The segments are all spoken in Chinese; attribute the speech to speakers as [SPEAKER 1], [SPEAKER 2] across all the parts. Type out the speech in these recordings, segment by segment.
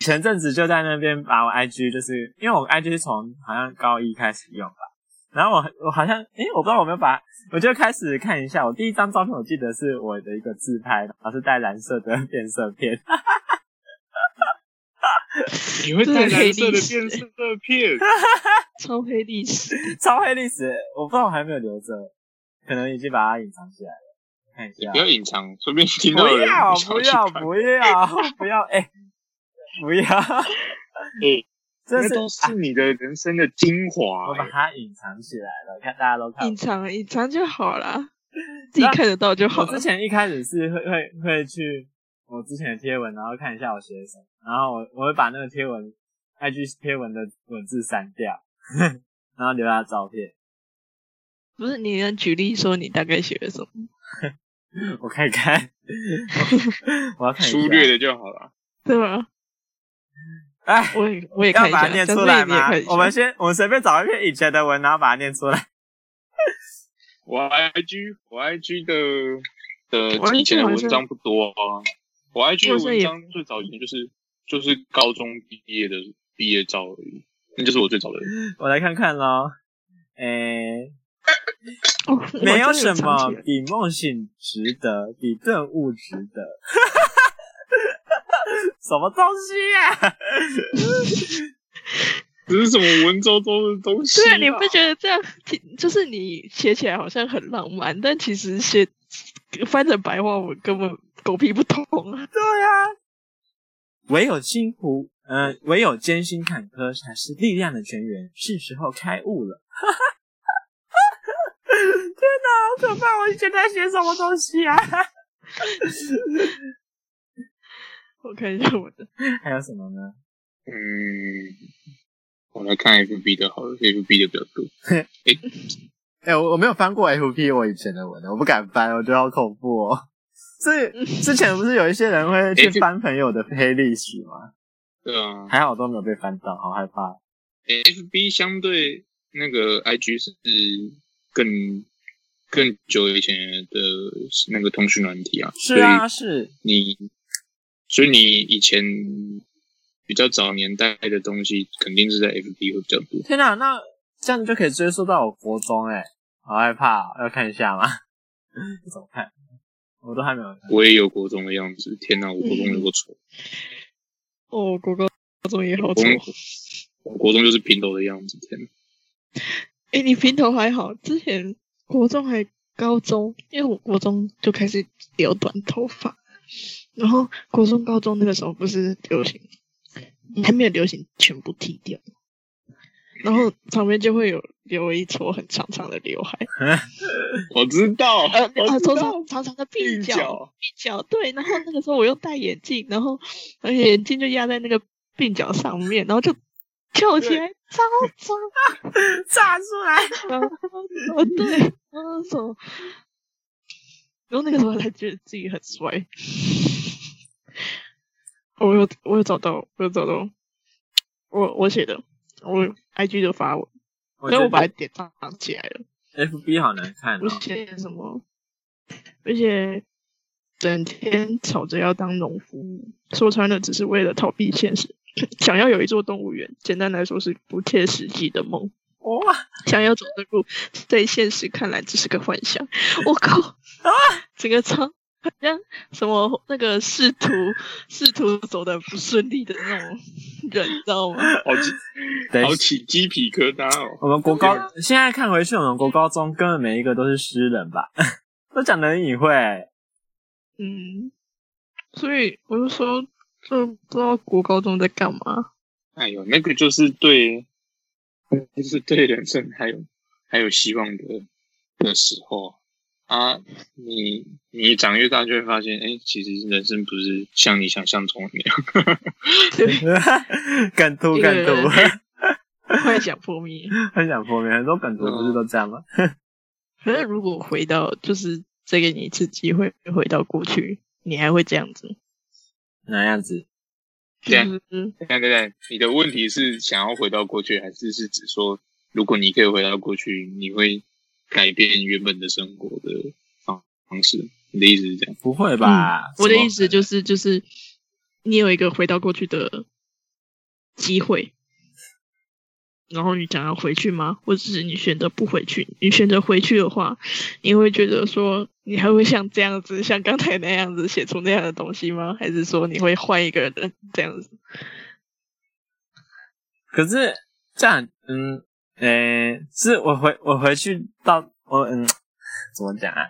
[SPEAKER 1] 前阵子就在那边把我 IG，就是因为我 IG 是从好像高一开始用吧，然后我我好像诶、我不知道我有没有把，我就开始看一下，我第一张照片我记得是我的一个自拍，然后是带蓝色的 变色片，
[SPEAKER 2] 你会带
[SPEAKER 3] 这黑
[SPEAKER 2] 蓝色的
[SPEAKER 3] 历史
[SPEAKER 2] 变色 片？
[SPEAKER 3] 超黑历 史，
[SPEAKER 1] 超黑历史，我不知道我还有没有留着，可能已经把它隐藏起来了，看一下
[SPEAKER 2] 不，要隐藏，说不定听
[SPEAKER 1] 不
[SPEAKER 2] 到人
[SPEAKER 1] 要
[SPEAKER 2] 想
[SPEAKER 1] 不
[SPEAKER 2] 去
[SPEAKER 1] 要
[SPEAKER 2] 看
[SPEAKER 1] 不要不要，哎、不要，
[SPEAKER 2] 哎
[SPEAKER 1] 这
[SPEAKER 2] 那
[SPEAKER 1] 是啊
[SPEAKER 2] 都是你的人生的精
[SPEAKER 1] 我
[SPEAKER 2] 华、
[SPEAKER 1] 把
[SPEAKER 2] 哎
[SPEAKER 1] 它隐藏起来了，看大家都看
[SPEAKER 3] 隐
[SPEAKER 1] 不到。
[SPEAKER 3] 藏隐藏就 好啦，自己看得到就好
[SPEAKER 1] 我
[SPEAKER 3] 了
[SPEAKER 1] 之。前一开始是 会会会去我之前的贴文，然后看一下我写什么，然后我我会把那个贴文 IG 贴文的文字删掉， 然后留下照片。
[SPEAKER 3] 不是你能举例说你大概学了什么？
[SPEAKER 1] 我看一看， 我要看一下
[SPEAKER 2] 粗略的就好了。
[SPEAKER 3] 对吧？
[SPEAKER 1] 哎，
[SPEAKER 3] 我也我也
[SPEAKER 1] 要
[SPEAKER 3] 看一
[SPEAKER 1] 把
[SPEAKER 3] 下，
[SPEAKER 1] 它念
[SPEAKER 3] 下
[SPEAKER 1] 出
[SPEAKER 3] 次
[SPEAKER 1] 来
[SPEAKER 3] 你也
[SPEAKER 1] 吗
[SPEAKER 3] 看一？下
[SPEAKER 1] 我们先我们随便找一篇以前的文，然后把它念出来。
[SPEAKER 2] 我 IG 我 IG 的
[SPEAKER 3] 我
[SPEAKER 2] 的
[SPEAKER 3] IG
[SPEAKER 2] 以前的文
[SPEAKER 3] 好像
[SPEAKER 2] 章不多啊，我 IG 的
[SPEAKER 3] 我好像也
[SPEAKER 2] 文章最早以前就是就是高中毕业的毕业照而已，那就是我最早的。
[SPEAKER 1] 我来看看喽。哎、
[SPEAKER 3] 哦我
[SPEAKER 1] 没有
[SPEAKER 3] 真
[SPEAKER 1] 什
[SPEAKER 3] 的藏
[SPEAKER 1] 么
[SPEAKER 3] 起来
[SPEAKER 1] 比梦醒值得，比顿悟值得。 什么东西呀、
[SPEAKER 2] 这是什么文绉绉的东西、
[SPEAKER 3] 对啊，你不觉得这样听就是你写起来好像很浪漫，但其实写翻成白话文根本狗屁不通啊！
[SPEAKER 1] 对呀、唯有辛苦，嗯、唯有艰辛坎坷才是力量的泉源。是时候开悟了。 天哪，好可怕！我以前在学什么东西啊？
[SPEAKER 3] 我看一下我的，
[SPEAKER 1] 还有什么呢？
[SPEAKER 2] 嗯，我来看 FB 的好了，FB 的比较多。
[SPEAKER 1] 哎、我我没有翻过 FP 我以前的文，我不敢翻，我觉得好恐怖哦。 是之前不是有一些人会去
[SPEAKER 2] 诶这
[SPEAKER 1] 翻朋友的黑历史吗？
[SPEAKER 2] 对啊，
[SPEAKER 1] 还好我都没有被翻到，好害怕。
[SPEAKER 2] 诶 FB 相对那个 IG 是更更久以前的那个通讯软体啊，
[SPEAKER 1] 是啊，是
[SPEAKER 2] 所以你所以你以前比较早年代的东西，肯定是在 FB 会比较多。
[SPEAKER 1] 天哪、那这样就可以追溯到我国中哎、好害怕、哦，要看一下吗？ 怎么看？我都还没有看。
[SPEAKER 2] 我也有国中的样子，天哪，我国中有多丑，
[SPEAKER 3] 哦，国高中也
[SPEAKER 2] 国
[SPEAKER 3] 好丑。啊
[SPEAKER 2] 中我国中就是平头的样子，天哪，
[SPEAKER 3] 哎、你平头还好，之前国中还高中，因为我国中就开始留短头发，然后国中、高中那个时候不是流行，还没有流行全部剃掉，然后旁边就会有留一撮很长长的刘海，
[SPEAKER 2] 我知道，
[SPEAKER 3] 呃
[SPEAKER 2] 我
[SPEAKER 3] 呃，
[SPEAKER 2] 知
[SPEAKER 3] 长
[SPEAKER 2] 道
[SPEAKER 3] 长长长的
[SPEAKER 2] 鬓
[SPEAKER 3] 鬓角，鬓角对，然后那个时候我又戴眼镜，然后而且眼镜就压在那个鬓角上面，然后就翘起来，超长。
[SPEAKER 1] 炸出来！
[SPEAKER 3] 然后哦对，然后什么，然后那个时候才觉得自己很帅。我有我有找到，我有找到，我我写的，我 IG 就发文，
[SPEAKER 1] 我
[SPEAKER 3] 但
[SPEAKER 1] 觉
[SPEAKER 3] 我把它
[SPEAKER 1] 得
[SPEAKER 3] 点藏起来了。
[SPEAKER 1] FB 好难看哦
[SPEAKER 3] 我。写什么？而且整天吵着要当农夫，说穿了只是为了逃避现实。 想要有一座动物园，简单来说是不切实际的梦。
[SPEAKER 1] 哇，
[SPEAKER 3] 想要走的路，在现实看来只是个幻想。我靠！啊，整个超好像什么那个试图试图走的不顺利的那种人，你知道吗？
[SPEAKER 2] 好奇
[SPEAKER 1] 等
[SPEAKER 2] 好起鸡皮疙瘩哦。
[SPEAKER 1] 我们国高
[SPEAKER 2] 对啊
[SPEAKER 1] 现在看回去，我们国高中根本每一个都是诗人吧， 都讲得很隐晦、
[SPEAKER 3] 嗯，所以我就说，这不知道国高中在干嘛。
[SPEAKER 2] 哎呦，那个就是对，就是对人生还有还有希望的的时候啊。你你长越大就会发现，哎、其实人生不是像你想象中的那样。
[SPEAKER 3] 对，
[SPEAKER 1] 梗图
[SPEAKER 3] 对
[SPEAKER 1] 梗图，
[SPEAKER 3] 幻想破灭。
[SPEAKER 1] 很想破灭，很多梗图不是都这样吗？
[SPEAKER 3] 嗯可是如果回到，就是再给你一次机会，回到过去，你还会这样子？
[SPEAKER 1] 哪样子？
[SPEAKER 3] 就
[SPEAKER 2] 对啊
[SPEAKER 3] 是
[SPEAKER 2] 等一下等一下，你的问题是想要回到过去，还是是指说，如果你可以回到过去，你会改变原本的生活的方方式？你的意思是这样？
[SPEAKER 1] 不会吧？
[SPEAKER 3] 嗯我的
[SPEAKER 1] 什么
[SPEAKER 3] 意思就是就是你有一个回到过去的机会，然后你想要回去吗？或者是你选择不回去？你选择回去的话，你会觉得说你还会像这样子，像刚才那样子写出那样的东西吗？还是说你会换一个人这样子？
[SPEAKER 1] 可是这样，嗯，诶、是我回我回去到我嗯， 怎么讲啊？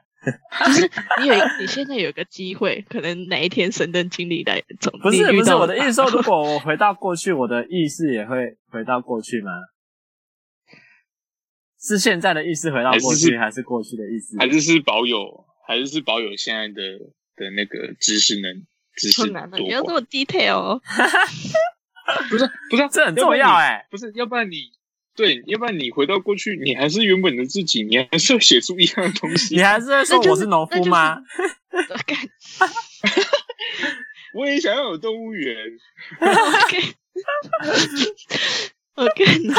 [SPEAKER 3] 就是你有一你现在有一个机会，可能哪一天神灯经理来找
[SPEAKER 1] 不
[SPEAKER 3] 你
[SPEAKER 1] 是
[SPEAKER 3] 遇
[SPEAKER 1] 不是，
[SPEAKER 3] 到
[SPEAKER 1] 我
[SPEAKER 3] 了
[SPEAKER 1] 的意
[SPEAKER 3] 吧
[SPEAKER 1] 思说，如果我回到过去，我的意识也会回到过去吗？是现在的意识回到过去，还是过去的意识？
[SPEAKER 2] 还是是保有，还是是保有现在的的那个知识能知识
[SPEAKER 3] 好
[SPEAKER 2] 多
[SPEAKER 3] 难啊 了，你要这
[SPEAKER 2] 寡？
[SPEAKER 3] 么 detail 哦。
[SPEAKER 2] 不是不是啊，
[SPEAKER 1] 这很
[SPEAKER 2] 要
[SPEAKER 1] 重
[SPEAKER 2] 不然
[SPEAKER 1] 要
[SPEAKER 2] 你
[SPEAKER 1] 哎、
[SPEAKER 2] 不是，要不然你对，要不然你回到过去，你还是原本的自己，你还是要写出一样的东西
[SPEAKER 1] 你。还是会说
[SPEAKER 3] 那就
[SPEAKER 1] 我是农夫吗？
[SPEAKER 3] 那就是干
[SPEAKER 2] 我也想要有动物 园，
[SPEAKER 3] OK，我干了，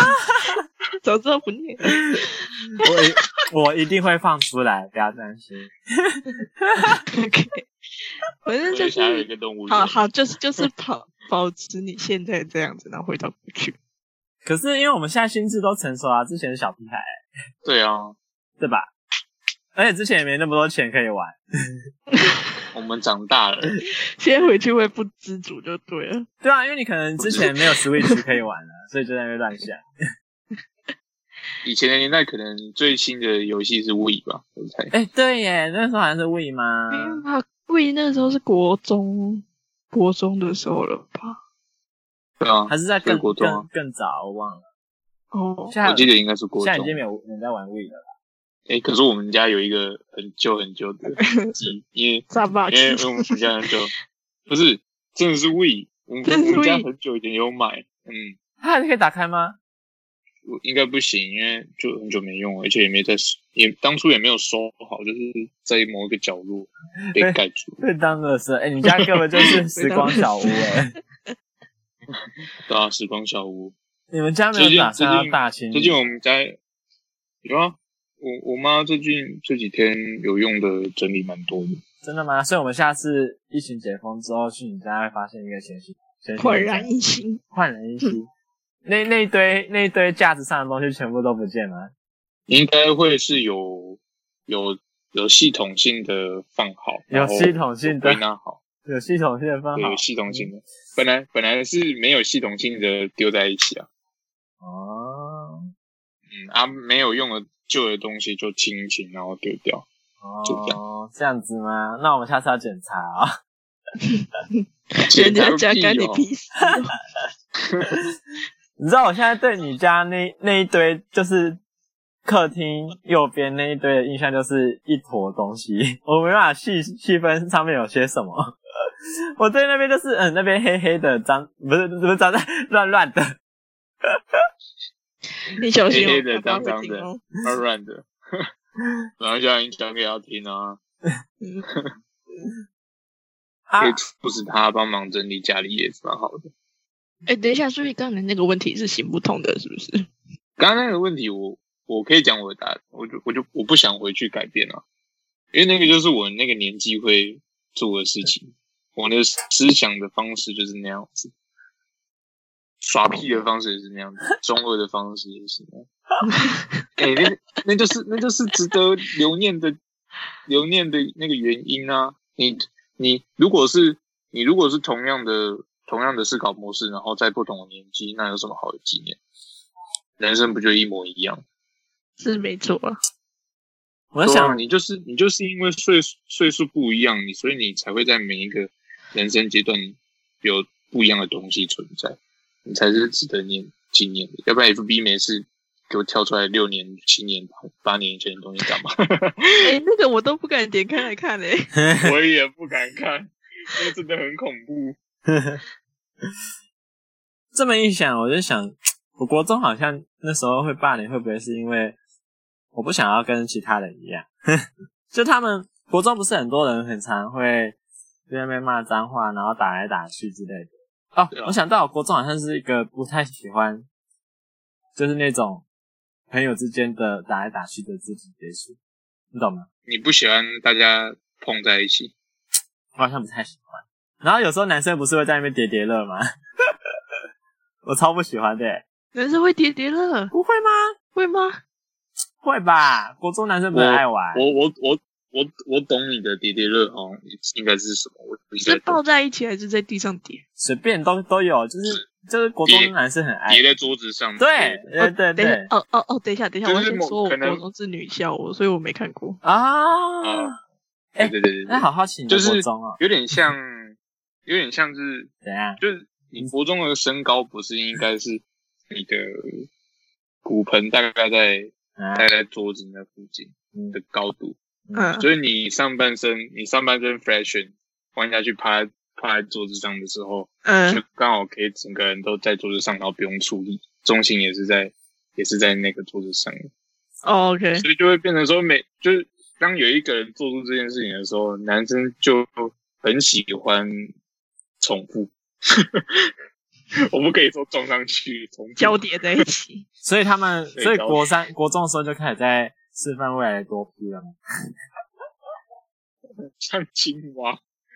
[SPEAKER 3] 早知道不念。
[SPEAKER 1] 我一我 一定会放出来，不要担心。
[SPEAKER 3] OK，反
[SPEAKER 2] 我
[SPEAKER 3] 正就
[SPEAKER 2] 也想要有一
[SPEAKER 3] 是
[SPEAKER 2] 个动物园。
[SPEAKER 3] 好好，就是 就是保保持你现在这样子，然后回到过去。
[SPEAKER 1] 可是因为我们现在心智都成熟啊，之前是小屁孩、
[SPEAKER 2] 对啊，
[SPEAKER 1] 对吧？而且之前也没那么多钱可以玩，
[SPEAKER 2] 我们长大了，
[SPEAKER 3] 现在回去会不知足就对了。
[SPEAKER 1] 对啊，因为你可能之前没有 Switch 可以玩啊， 所以就在那边乱想。
[SPEAKER 2] 以前的年代可能最新的游戏是 Wii 吧，我猜。
[SPEAKER 1] 哎、对耶，那时候好像是 Wii 吗
[SPEAKER 3] 没？
[SPEAKER 2] 嗯
[SPEAKER 3] 有啊，魏那时候是国中，国中的时候了吧？
[SPEAKER 2] 对啊，
[SPEAKER 1] 还是在更
[SPEAKER 2] 对国中啊
[SPEAKER 1] 更更早，我忘了。
[SPEAKER 3] 哦，
[SPEAKER 1] 现在
[SPEAKER 2] 我记得应该是国
[SPEAKER 1] 现在已
[SPEAKER 2] 中
[SPEAKER 1] 经。没有人在玩 Wii 了。
[SPEAKER 2] 哎、可是我们家有一个很旧很旧 的机，因为
[SPEAKER 3] 傻吧？
[SPEAKER 2] 因为我们家很久， 不是，真的是 We，我们
[SPEAKER 3] 真的是
[SPEAKER 2] 我们家
[SPEAKER 3] Wii
[SPEAKER 2] 很久以前有买，嗯，
[SPEAKER 1] 它还是啊可以打开吗？
[SPEAKER 2] 我应该不行，因为就很久没用，而且也没在，也当初也没有收好，就是在某一个角落被盖住，
[SPEAKER 1] 对，当乐色。哎、你家根本就是时光 小屋哎、
[SPEAKER 2] 对啊，时光小屋。
[SPEAKER 1] 你们家没有打算要大清理
[SPEAKER 2] 最近我们家有啊，我我妈最近这几天有用的整理蛮多的，
[SPEAKER 1] 真的吗？所以我们下次疫情解封之后去你家会发现一个全新全新的
[SPEAKER 3] 焕
[SPEAKER 1] 家
[SPEAKER 3] 然一新，
[SPEAKER 1] 焕然一新。那那一堆那一堆架子上的东西全部都不见了，
[SPEAKER 2] 应该会是有有有系统性的放好，
[SPEAKER 1] 有
[SPEAKER 2] 然后
[SPEAKER 1] 系统性的嗯
[SPEAKER 2] 归纳好。
[SPEAKER 1] 有系统性的分
[SPEAKER 2] 对，
[SPEAKER 1] 好
[SPEAKER 2] 有系统性的。本来本来是没有系统性的丢在一起啊，
[SPEAKER 1] 哦
[SPEAKER 2] 嗯啊，没有用的旧的东西就清一清，然后丢 掉。就这
[SPEAKER 1] 哦，这样子吗？那我们下次要检查啊、
[SPEAKER 3] 人家
[SPEAKER 2] 检查个
[SPEAKER 3] 家
[SPEAKER 2] 屁
[SPEAKER 3] 干你
[SPEAKER 2] 哦
[SPEAKER 3] 屁事哦。
[SPEAKER 1] 你知道我现在对你家那那一堆就是客厅右边那一堆的印象就是一坨东西，我没办法细细分上面有些什么。 我对那边就是嗯，那边黑黑的脏，不是不是脏， 乱乱的。
[SPEAKER 3] 你小心哦，
[SPEAKER 2] 黑黑的
[SPEAKER 3] 爸爸会
[SPEAKER 2] 脏脏
[SPEAKER 3] 听
[SPEAKER 2] 的
[SPEAKER 3] 哦。
[SPEAKER 2] 乱乱的， 然后叫你讲给他听啊，
[SPEAKER 3] 嗯
[SPEAKER 1] 啊
[SPEAKER 2] 可以促使他帮忙整理家里也是蛮好的。
[SPEAKER 3] 哎、等一下，所以刚才那个问题是行不通的，是不是？
[SPEAKER 2] 刚刚那个问题我，我可以讲我的答案，我就我就我不想回去改变了、因为那个就是我那个年纪会做的事情，我的思想的方式就是那样子，耍屁的方式也是那样子，中二的方式也是那样。 哎、那那就是那就是值得留念的留念的那个原因啊！你你如果是你如果是同样的同样的思考模式，然后在不同的年纪，那有什么好的纪念？人生不就一模一样？
[SPEAKER 3] 是没错啊。
[SPEAKER 1] 我在
[SPEAKER 2] 对啊
[SPEAKER 1] 想，
[SPEAKER 2] 你就是你就是因为岁数岁数不一样，你所以你才会在每一个人生阶段有不一样的东西存在，你才是值得念纪念的。要不然 FB 没事给我跳出来六年、七年、八年以前的东西干嘛？
[SPEAKER 3] 哎、那个我都不敢点开来看嘞、
[SPEAKER 2] 我也不敢看，那真的很恐怖。
[SPEAKER 1] 这么一想，我就想，我国中好像那时候会霸凌，会不会是因为我不 想要跟其他人一样？就他们国中不是很多人很常会在那边骂脏话，然后打来打去之类的。哦
[SPEAKER 2] 对，啊
[SPEAKER 1] 我想到我国中好像是一个不太喜欢，就是那种朋友之间的打来打去的肢体接触，你懂吗？
[SPEAKER 2] 你不喜欢大家碰在一起，
[SPEAKER 1] 我好像不太喜欢。然后有时候男生不是会在那边叠叠乐吗？ 我超不喜欢的、
[SPEAKER 3] 男生会叠叠乐，
[SPEAKER 1] 不会吗？
[SPEAKER 3] 会吗？
[SPEAKER 1] 会吧，国中男生不是很爱玩，
[SPEAKER 2] 我我我我我懂你的叠叠乐哦，应该是什么？我不应该
[SPEAKER 3] 是抱在一起还是在地上叠？
[SPEAKER 1] 随便都都有，就是就是国中男生很爱
[SPEAKER 2] 叠，在桌子上。
[SPEAKER 1] 对
[SPEAKER 3] 哦
[SPEAKER 1] 对对
[SPEAKER 3] 等一
[SPEAKER 1] 对
[SPEAKER 3] 下，哦哦哦，等一下，等一下，
[SPEAKER 2] 就
[SPEAKER 3] 我
[SPEAKER 2] 是
[SPEAKER 3] 先
[SPEAKER 2] 某
[SPEAKER 3] 说，我
[SPEAKER 2] 可能
[SPEAKER 3] 国中是女校，我所以我没看过。
[SPEAKER 1] 啊
[SPEAKER 2] 啊，对对对对
[SPEAKER 1] 那
[SPEAKER 2] 对，
[SPEAKER 1] 好好奇你的
[SPEAKER 2] 就是
[SPEAKER 1] 国中哦，
[SPEAKER 2] 有点像，有点像是
[SPEAKER 1] 怎样？
[SPEAKER 2] 就是你国中的身高不是应该是你的骨盆大概在
[SPEAKER 1] 啊
[SPEAKER 2] 大，概在桌子那附近
[SPEAKER 1] 嗯
[SPEAKER 2] 的高度，
[SPEAKER 3] 嗯，
[SPEAKER 2] 所以你上半身你上半身 flexion 弯下去趴趴在桌子上的时候，就
[SPEAKER 3] 嗯，
[SPEAKER 2] 刚好可以整个人都在桌子上，然后不用处理，重心也是在也是在那个桌子上，
[SPEAKER 3] 哦，OK，
[SPEAKER 2] 所以就会变成说每就是当有一个人做出这件事情的时候，男生就很喜欢重复。 我们可以说撞上去重复，
[SPEAKER 3] 交叠在一起。
[SPEAKER 1] 所以他们，
[SPEAKER 2] 对
[SPEAKER 1] 所以
[SPEAKER 2] 高
[SPEAKER 1] 国三、国中的时候就开始在示范未来的多批了
[SPEAKER 2] 啊
[SPEAKER 1] 嘛。
[SPEAKER 2] 像青蛙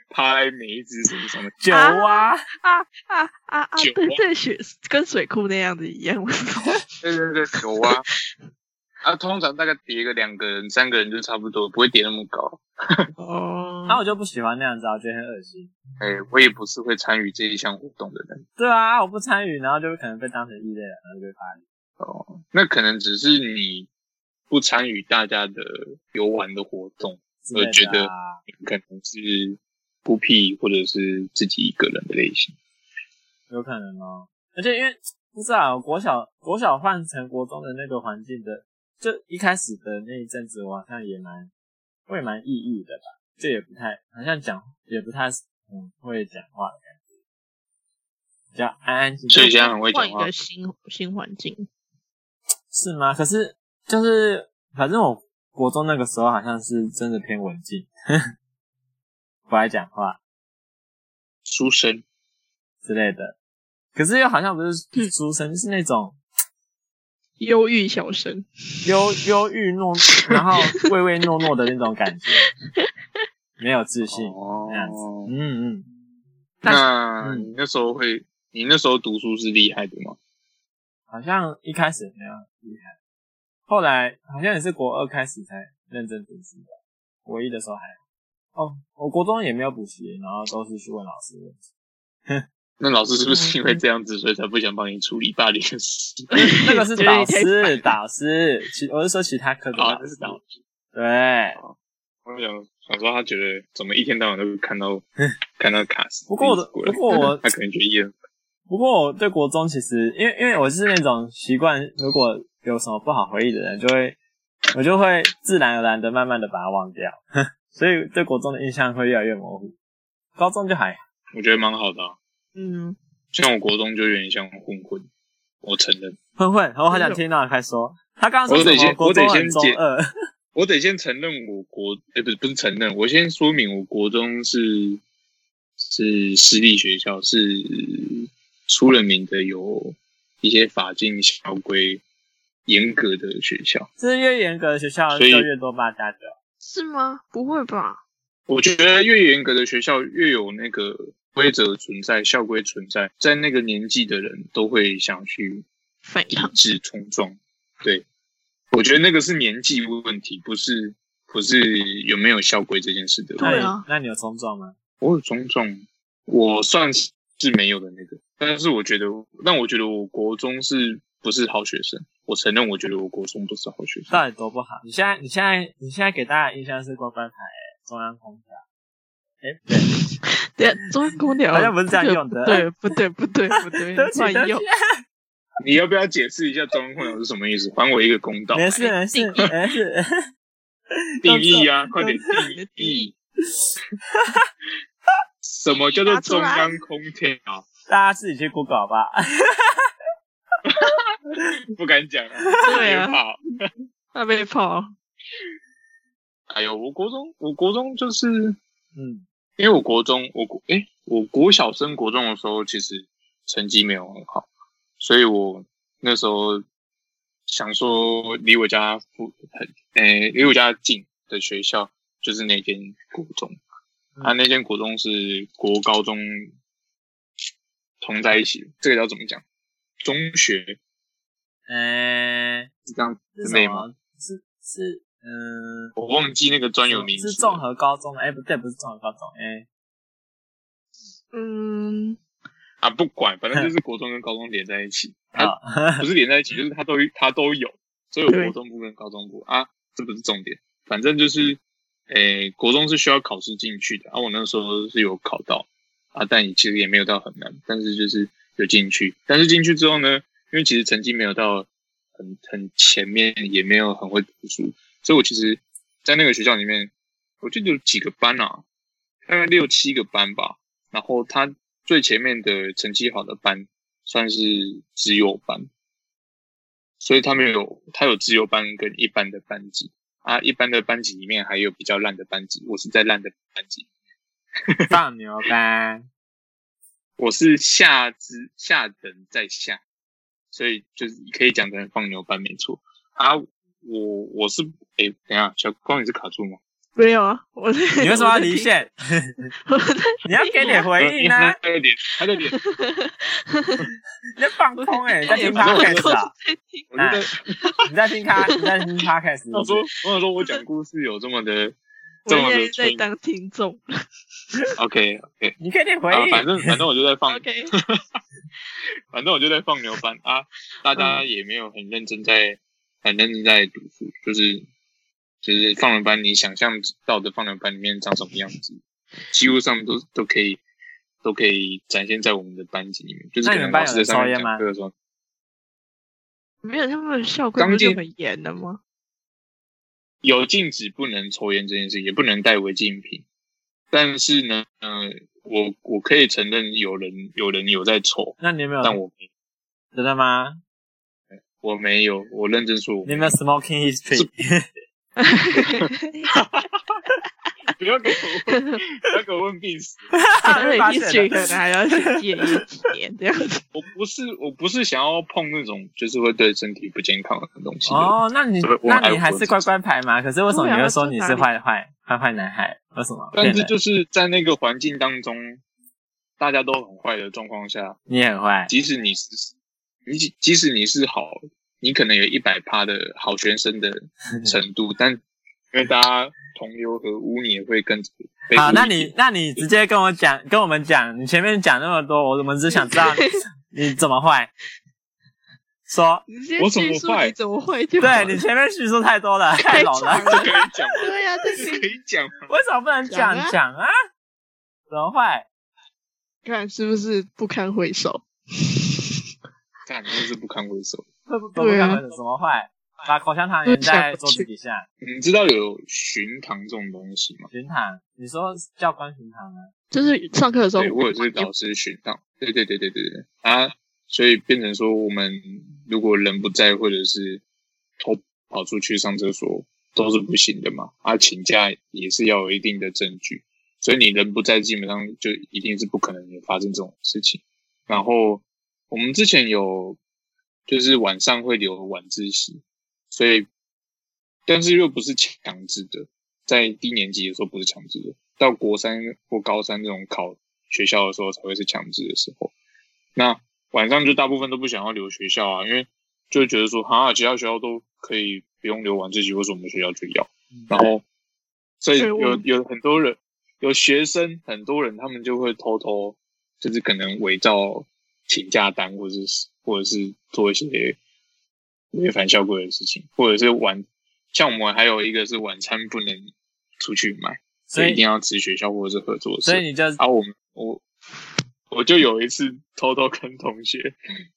[SPEAKER 2] 趴在每一只手上的
[SPEAKER 1] 九啊，
[SPEAKER 3] 啊啊啊啊！
[SPEAKER 2] 酒
[SPEAKER 3] 对
[SPEAKER 2] 窝
[SPEAKER 3] 对，雪跟水库那样子一样，我 说
[SPEAKER 2] 对对对，有啊。啊，通常大概叠个两个人、三个人就差不多，不会叠那么高。
[SPEAKER 1] 那、
[SPEAKER 3] 哦，
[SPEAKER 1] 我就不喜欢那样子啊，我觉得很恶心。
[SPEAKER 2] 哎、我也不是会参与这一项活动的人
[SPEAKER 1] 对啊，我不参与，然后就可能被当成异类了，然后就被发现。
[SPEAKER 2] 哦。那可能只是你不参与大家的游玩的活动，
[SPEAKER 1] 之类的啊
[SPEAKER 2] 我觉得可能是孤僻或者是自己一个人的类型。
[SPEAKER 1] 有可能哦。而且因为不知道、国小国小换成国中的那个环境的，就一开始的那一阵子，我好像也蛮，我也蛮抑郁的吧，就也不太好像讲也不太嗯会讲话的感觉，比较安安静
[SPEAKER 2] 所以
[SPEAKER 1] 静
[SPEAKER 2] 现在很会讲
[SPEAKER 3] 换一
[SPEAKER 2] 话
[SPEAKER 3] 个，新新环境，
[SPEAKER 1] 是吗？可是就是反正我国中那个时候好像是真的偏文静， 不爱讲话，
[SPEAKER 2] 书生
[SPEAKER 1] 之类的。可是又好像不是书生，就是那种
[SPEAKER 3] 忧郁小生，
[SPEAKER 1] 忧忧郁 懦，然后唯唯诺诺的那种感觉，没有自信
[SPEAKER 2] 哦
[SPEAKER 1] 那样子。嗯嗯，但是
[SPEAKER 2] 那
[SPEAKER 1] 嗯
[SPEAKER 2] 你那时候会，你那时候读书是厉害的吗？
[SPEAKER 1] 好像一开始没有很厉害，后来好像也是国二开始才认真读书的，国一的时候还好哦，我国中也没有补习，然后都是去问老师问题。
[SPEAKER 2] 那老师是不是因
[SPEAKER 3] 嗯
[SPEAKER 2] 为这样子，所以才不想帮你处理霸凌的事？
[SPEAKER 1] 那 个是
[SPEAKER 3] 觉得
[SPEAKER 1] 导
[SPEAKER 3] 你太烦
[SPEAKER 1] 师，导师，其我是说其他科的
[SPEAKER 2] 啊，
[SPEAKER 1] 老
[SPEAKER 2] 那是
[SPEAKER 1] 师，
[SPEAKER 2] 导师。
[SPEAKER 1] 对。
[SPEAKER 2] 我想想说，他觉得怎么一天到晚都会 看到看到卡斯。
[SPEAKER 1] 嗯不过我的，
[SPEAKER 2] 过
[SPEAKER 1] 不
[SPEAKER 2] 来
[SPEAKER 1] 过我
[SPEAKER 2] 他可能觉得一人
[SPEAKER 1] 不过我对国中其实，因为因为我是那种习惯，如果有什么不好回忆的人，就会我就会自然而然的慢慢的把它忘掉， 所以对国中的印象会越来越模糊。高中就还好
[SPEAKER 2] 我觉得蛮好的、啊。
[SPEAKER 3] 嗯，
[SPEAKER 2] 像我国中就有点像混混，我承认，
[SPEAKER 1] 混混，我好想听到快说，他刚刚说
[SPEAKER 2] 我得
[SPEAKER 1] 什么
[SPEAKER 2] 先
[SPEAKER 1] 国
[SPEAKER 2] 我得
[SPEAKER 1] 中
[SPEAKER 2] 先
[SPEAKER 1] 很中
[SPEAKER 2] 解
[SPEAKER 1] 二，
[SPEAKER 2] 我得先承认我国，哎、不是不是承认，我先说明我国中是是私立学校，是出了名的有一些法禁校规严格的学校。
[SPEAKER 1] 就是越严格的学校
[SPEAKER 2] 所以
[SPEAKER 1] 就越多八加九，
[SPEAKER 3] 是吗？不会吧？
[SPEAKER 2] 我觉得越严格的学校越有那个规则存在、校规存在，在那个年纪的人都会想去
[SPEAKER 3] 反
[SPEAKER 2] 抵
[SPEAKER 3] 抗，
[SPEAKER 2] 制冲撞。对，我觉得那个是年纪问题，不是不是有没有校规这件事的问
[SPEAKER 1] 那
[SPEAKER 2] 题。
[SPEAKER 3] 对
[SPEAKER 1] 你
[SPEAKER 3] 啊
[SPEAKER 1] 那你有冲撞吗？
[SPEAKER 2] 我有冲撞，我算是没有的那个，但是我觉得，但我觉得我国中是不是好学生？我承认，我觉得我国中不是好学生。
[SPEAKER 1] 到底多不好？你现在你现在你现在给大家的印象是关关台、欸中央空调，哎、不对，
[SPEAKER 3] 等一下中央空调
[SPEAKER 1] 好像不是这样用的
[SPEAKER 3] 对，不对，不对，不 对，
[SPEAKER 1] 对不起
[SPEAKER 3] 乱
[SPEAKER 1] 对不
[SPEAKER 3] 用
[SPEAKER 1] 起，
[SPEAKER 2] 你要不要解释一下中央空调是什么意思？还我一个公道！
[SPEAKER 1] 没事没事没事。
[SPEAKER 2] 定义啊，快
[SPEAKER 1] 用
[SPEAKER 2] 点
[SPEAKER 1] 这
[SPEAKER 3] 你的
[SPEAKER 2] 定
[SPEAKER 3] 定义
[SPEAKER 2] 义。什么叫做中央空调？
[SPEAKER 1] 大家自己去 Google 吧。
[SPEAKER 2] 不敢讲啊，
[SPEAKER 3] 对啊
[SPEAKER 2] 别怕。
[SPEAKER 3] 那被泡，
[SPEAKER 2] 哎呦，我国中，我国中就是
[SPEAKER 1] 嗯，
[SPEAKER 2] 因为我国中，我国诶、我国小升国中的时候，其实成绩没有很好，所以我那时候想说，离我家附很诶、离我家近的学校就是那间国中，
[SPEAKER 1] 嗯
[SPEAKER 2] 啊，那间国中是国高中同在一起的，这个要怎么讲？中学
[SPEAKER 1] 嗯、
[SPEAKER 2] 是这样
[SPEAKER 1] 是
[SPEAKER 2] 之
[SPEAKER 1] 什
[SPEAKER 2] 类吗？
[SPEAKER 1] 么？是是嗯，
[SPEAKER 2] 我忘记那个专有名词
[SPEAKER 1] 是
[SPEAKER 2] 了，
[SPEAKER 1] 综合高中吗？哎、不对，不是综合高中，哎、
[SPEAKER 3] 嗯，
[SPEAKER 2] 啊，不管，反正就是国中跟高中连在一起，它
[SPEAKER 1] 好，
[SPEAKER 2] 不是连在一起，就是它都它都有，所以有
[SPEAKER 3] 对
[SPEAKER 2] 国中部跟高中部啊，这不是重点，反正就是，诶、国中是需要考试进去的啊，我那时候是有考到啊，但其实也没有到很难，但是就是有进去，但是进去之后呢，因为其实成绩没有到很很前面，也没有很会读书，所以我其实，在那个学校里面，我记得有几个班啊，大概六七个班吧，然后他最前面的成绩好的班算是资优班，所以他们有他有资优班跟一般的班级啊，一般的班级里面还有比较烂的班级，我是在烂的班级，
[SPEAKER 1] 放牛班，
[SPEAKER 2] 我是下之下等再下，所以就是可以讲成放牛班没错啊，我我是诶，等一下小光你是卡住吗？
[SPEAKER 3] 没有啊，我在
[SPEAKER 1] 你为什么要离？线？
[SPEAKER 3] 我在
[SPEAKER 1] 你要给点回应
[SPEAKER 2] 呃
[SPEAKER 1] 啊！
[SPEAKER 2] 他的脸，他的脸，
[SPEAKER 1] 你在放空哎、你在听
[SPEAKER 2] 反正我
[SPEAKER 1] podcast 啊？
[SPEAKER 2] 我就在
[SPEAKER 1] 你在听他，你在听 podcast？是不
[SPEAKER 2] 我想
[SPEAKER 1] 是
[SPEAKER 2] 说，我想说我讲故事有这么的，
[SPEAKER 3] 我
[SPEAKER 2] 这么的
[SPEAKER 3] 现在在
[SPEAKER 2] 吹牛。
[SPEAKER 3] 当听众。
[SPEAKER 2] OK OK，
[SPEAKER 1] 你给点回
[SPEAKER 2] 啊，
[SPEAKER 1] 应。
[SPEAKER 2] 反正反正我就在放，
[SPEAKER 3] OK，
[SPEAKER 2] 反正我就在放牛班啊，大家
[SPEAKER 1] 嗯
[SPEAKER 2] 也没有很认真在，很认真在读书，就是就是放牛班，你想象到的放牛班里面长什么样子，几乎上都都可以都可以展现在我们的班级里面，就是
[SPEAKER 1] 那
[SPEAKER 2] 可
[SPEAKER 1] 你们
[SPEAKER 2] 能
[SPEAKER 1] 班
[SPEAKER 2] 老师
[SPEAKER 1] 有
[SPEAKER 2] 在
[SPEAKER 1] 人抽
[SPEAKER 2] 上面
[SPEAKER 1] 烟
[SPEAKER 2] 讲
[SPEAKER 1] 吗
[SPEAKER 2] 课的时候，
[SPEAKER 3] 没有他们的校规
[SPEAKER 2] 刚
[SPEAKER 3] 不是
[SPEAKER 2] 进
[SPEAKER 3] 就很严的吗？
[SPEAKER 2] 有禁止不能抽烟这件事，也不能带违禁品。但是呢，呃，我我可以承认有人有人有在抽，
[SPEAKER 1] 那你有没有
[SPEAKER 2] 但我没
[SPEAKER 1] 真的吗？
[SPEAKER 2] 我没有，我认真说我
[SPEAKER 1] 你有
[SPEAKER 2] 没有，
[SPEAKER 1] 没有 smoking history？
[SPEAKER 2] 不要给我问，不要给我问病史，
[SPEAKER 1] 哈
[SPEAKER 3] 而
[SPEAKER 1] 被
[SPEAKER 3] 且
[SPEAKER 1] 发
[SPEAKER 3] 一
[SPEAKER 1] 现
[SPEAKER 3] 群
[SPEAKER 1] 了
[SPEAKER 3] 可能还要去戒一几年这样 子。
[SPEAKER 2] 我不是我不是想要碰那种就是会对身体不健康的东西的。
[SPEAKER 1] 哦，那你
[SPEAKER 2] 所以我
[SPEAKER 1] 那
[SPEAKER 2] 爱
[SPEAKER 1] 你
[SPEAKER 2] 我
[SPEAKER 1] 还
[SPEAKER 2] 自
[SPEAKER 1] 是
[SPEAKER 2] 己
[SPEAKER 1] 乖乖牌嘛？可是为什么
[SPEAKER 3] 对啊
[SPEAKER 1] 你会说你
[SPEAKER 3] 这
[SPEAKER 1] 是
[SPEAKER 3] 哪里
[SPEAKER 1] 坏坏坏坏男孩？为什么？
[SPEAKER 2] 但
[SPEAKER 1] 变
[SPEAKER 2] 是
[SPEAKER 1] 了
[SPEAKER 2] 就是在那个环境当中，大家都很坏的状况下，
[SPEAKER 1] 你很坏，
[SPEAKER 2] 即使你是你即即使你是好，你可能有一百趴的好学 生的程度，但因为大家同流合污，你也会跟着被
[SPEAKER 1] 好，
[SPEAKER 2] 污
[SPEAKER 1] 那
[SPEAKER 2] 一点
[SPEAKER 1] 你那你直接跟我讲，跟我们讲，你前面讲那么多，我我们只想知道 你怎么坏。说，
[SPEAKER 3] 你先
[SPEAKER 2] 我怎么
[SPEAKER 3] 叙述
[SPEAKER 2] 坏
[SPEAKER 3] 你怎么坏就好
[SPEAKER 1] 对
[SPEAKER 3] 了
[SPEAKER 1] 你前面叙述太多了，太
[SPEAKER 3] 太
[SPEAKER 1] 冗
[SPEAKER 3] 长
[SPEAKER 1] 了，
[SPEAKER 2] 这可以讲吗？
[SPEAKER 3] 对呀、啊，这
[SPEAKER 2] 这
[SPEAKER 3] 是
[SPEAKER 2] 可以讲吗？
[SPEAKER 1] 为什么不能
[SPEAKER 3] 讲
[SPEAKER 1] 讲
[SPEAKER 3] 啊
[SPEAKER 1] 讲啊？怎么坏？
[SPEAKER 3] 看是不是不堪回首？
[SPEAKER 2] 干，真的是不堪回首。
[SPEAKER 1] 会不会
[SPEAKER 3] 对啊
[SPEAKER 1] 会怎么坏？把口香糖
[SPEAKER 2] 啊
[SPEAKER 1] 粘在桌子底下，
[SPEAKER 2] 你知道有巡堂这种东西吗？
[SPEAKER 1] 巡堂，你说教官巡堂啊？
[SPEAKER 3] 就是上课的时候
[SPEAKER 2] 对，，我有是老师巡堂。对对对对对对啊！所以变成说，我们如果人不在，或者是偷跑出去上厕所，都是不行的嘛。啊，请假也是要有一定的证据，所以你人不在，基本上就一定是不可能有发生这种事情。然后我们之前有，就是晚上会留晚自习，所以但是又不是强制的，在低年级的时候不是强制的，到国三或高三这种考学校的时候才会是强制的时候。那晚上就大部分都不想要留学校啊，因为就会觉得说，哈，其他学校都可以不用留晚自习，为什么我们学校就要？
[SPEAKER 1] 嗯
[SPEAKER 2] 然后，所以
[SPEAKER 3] 对我
[SPEAKER 2] 有有很多人，有学生，很多人他们就会偷偷，就是可能伪造请假单，或者是或者是做一些违反校规的事情，或者是晚，像我们还有一个是晚餐不能出去买，
[SPEAKER 1] 所
[SPEAKER 2] 就一定
[SPEAKER 1] 以
[SPEAKER 2] 要吃学校或者是合作社。
[SPEAKER 1] 所以你就
[SPEAKER 2] 啊，我们我我就有一次偷偷跟同学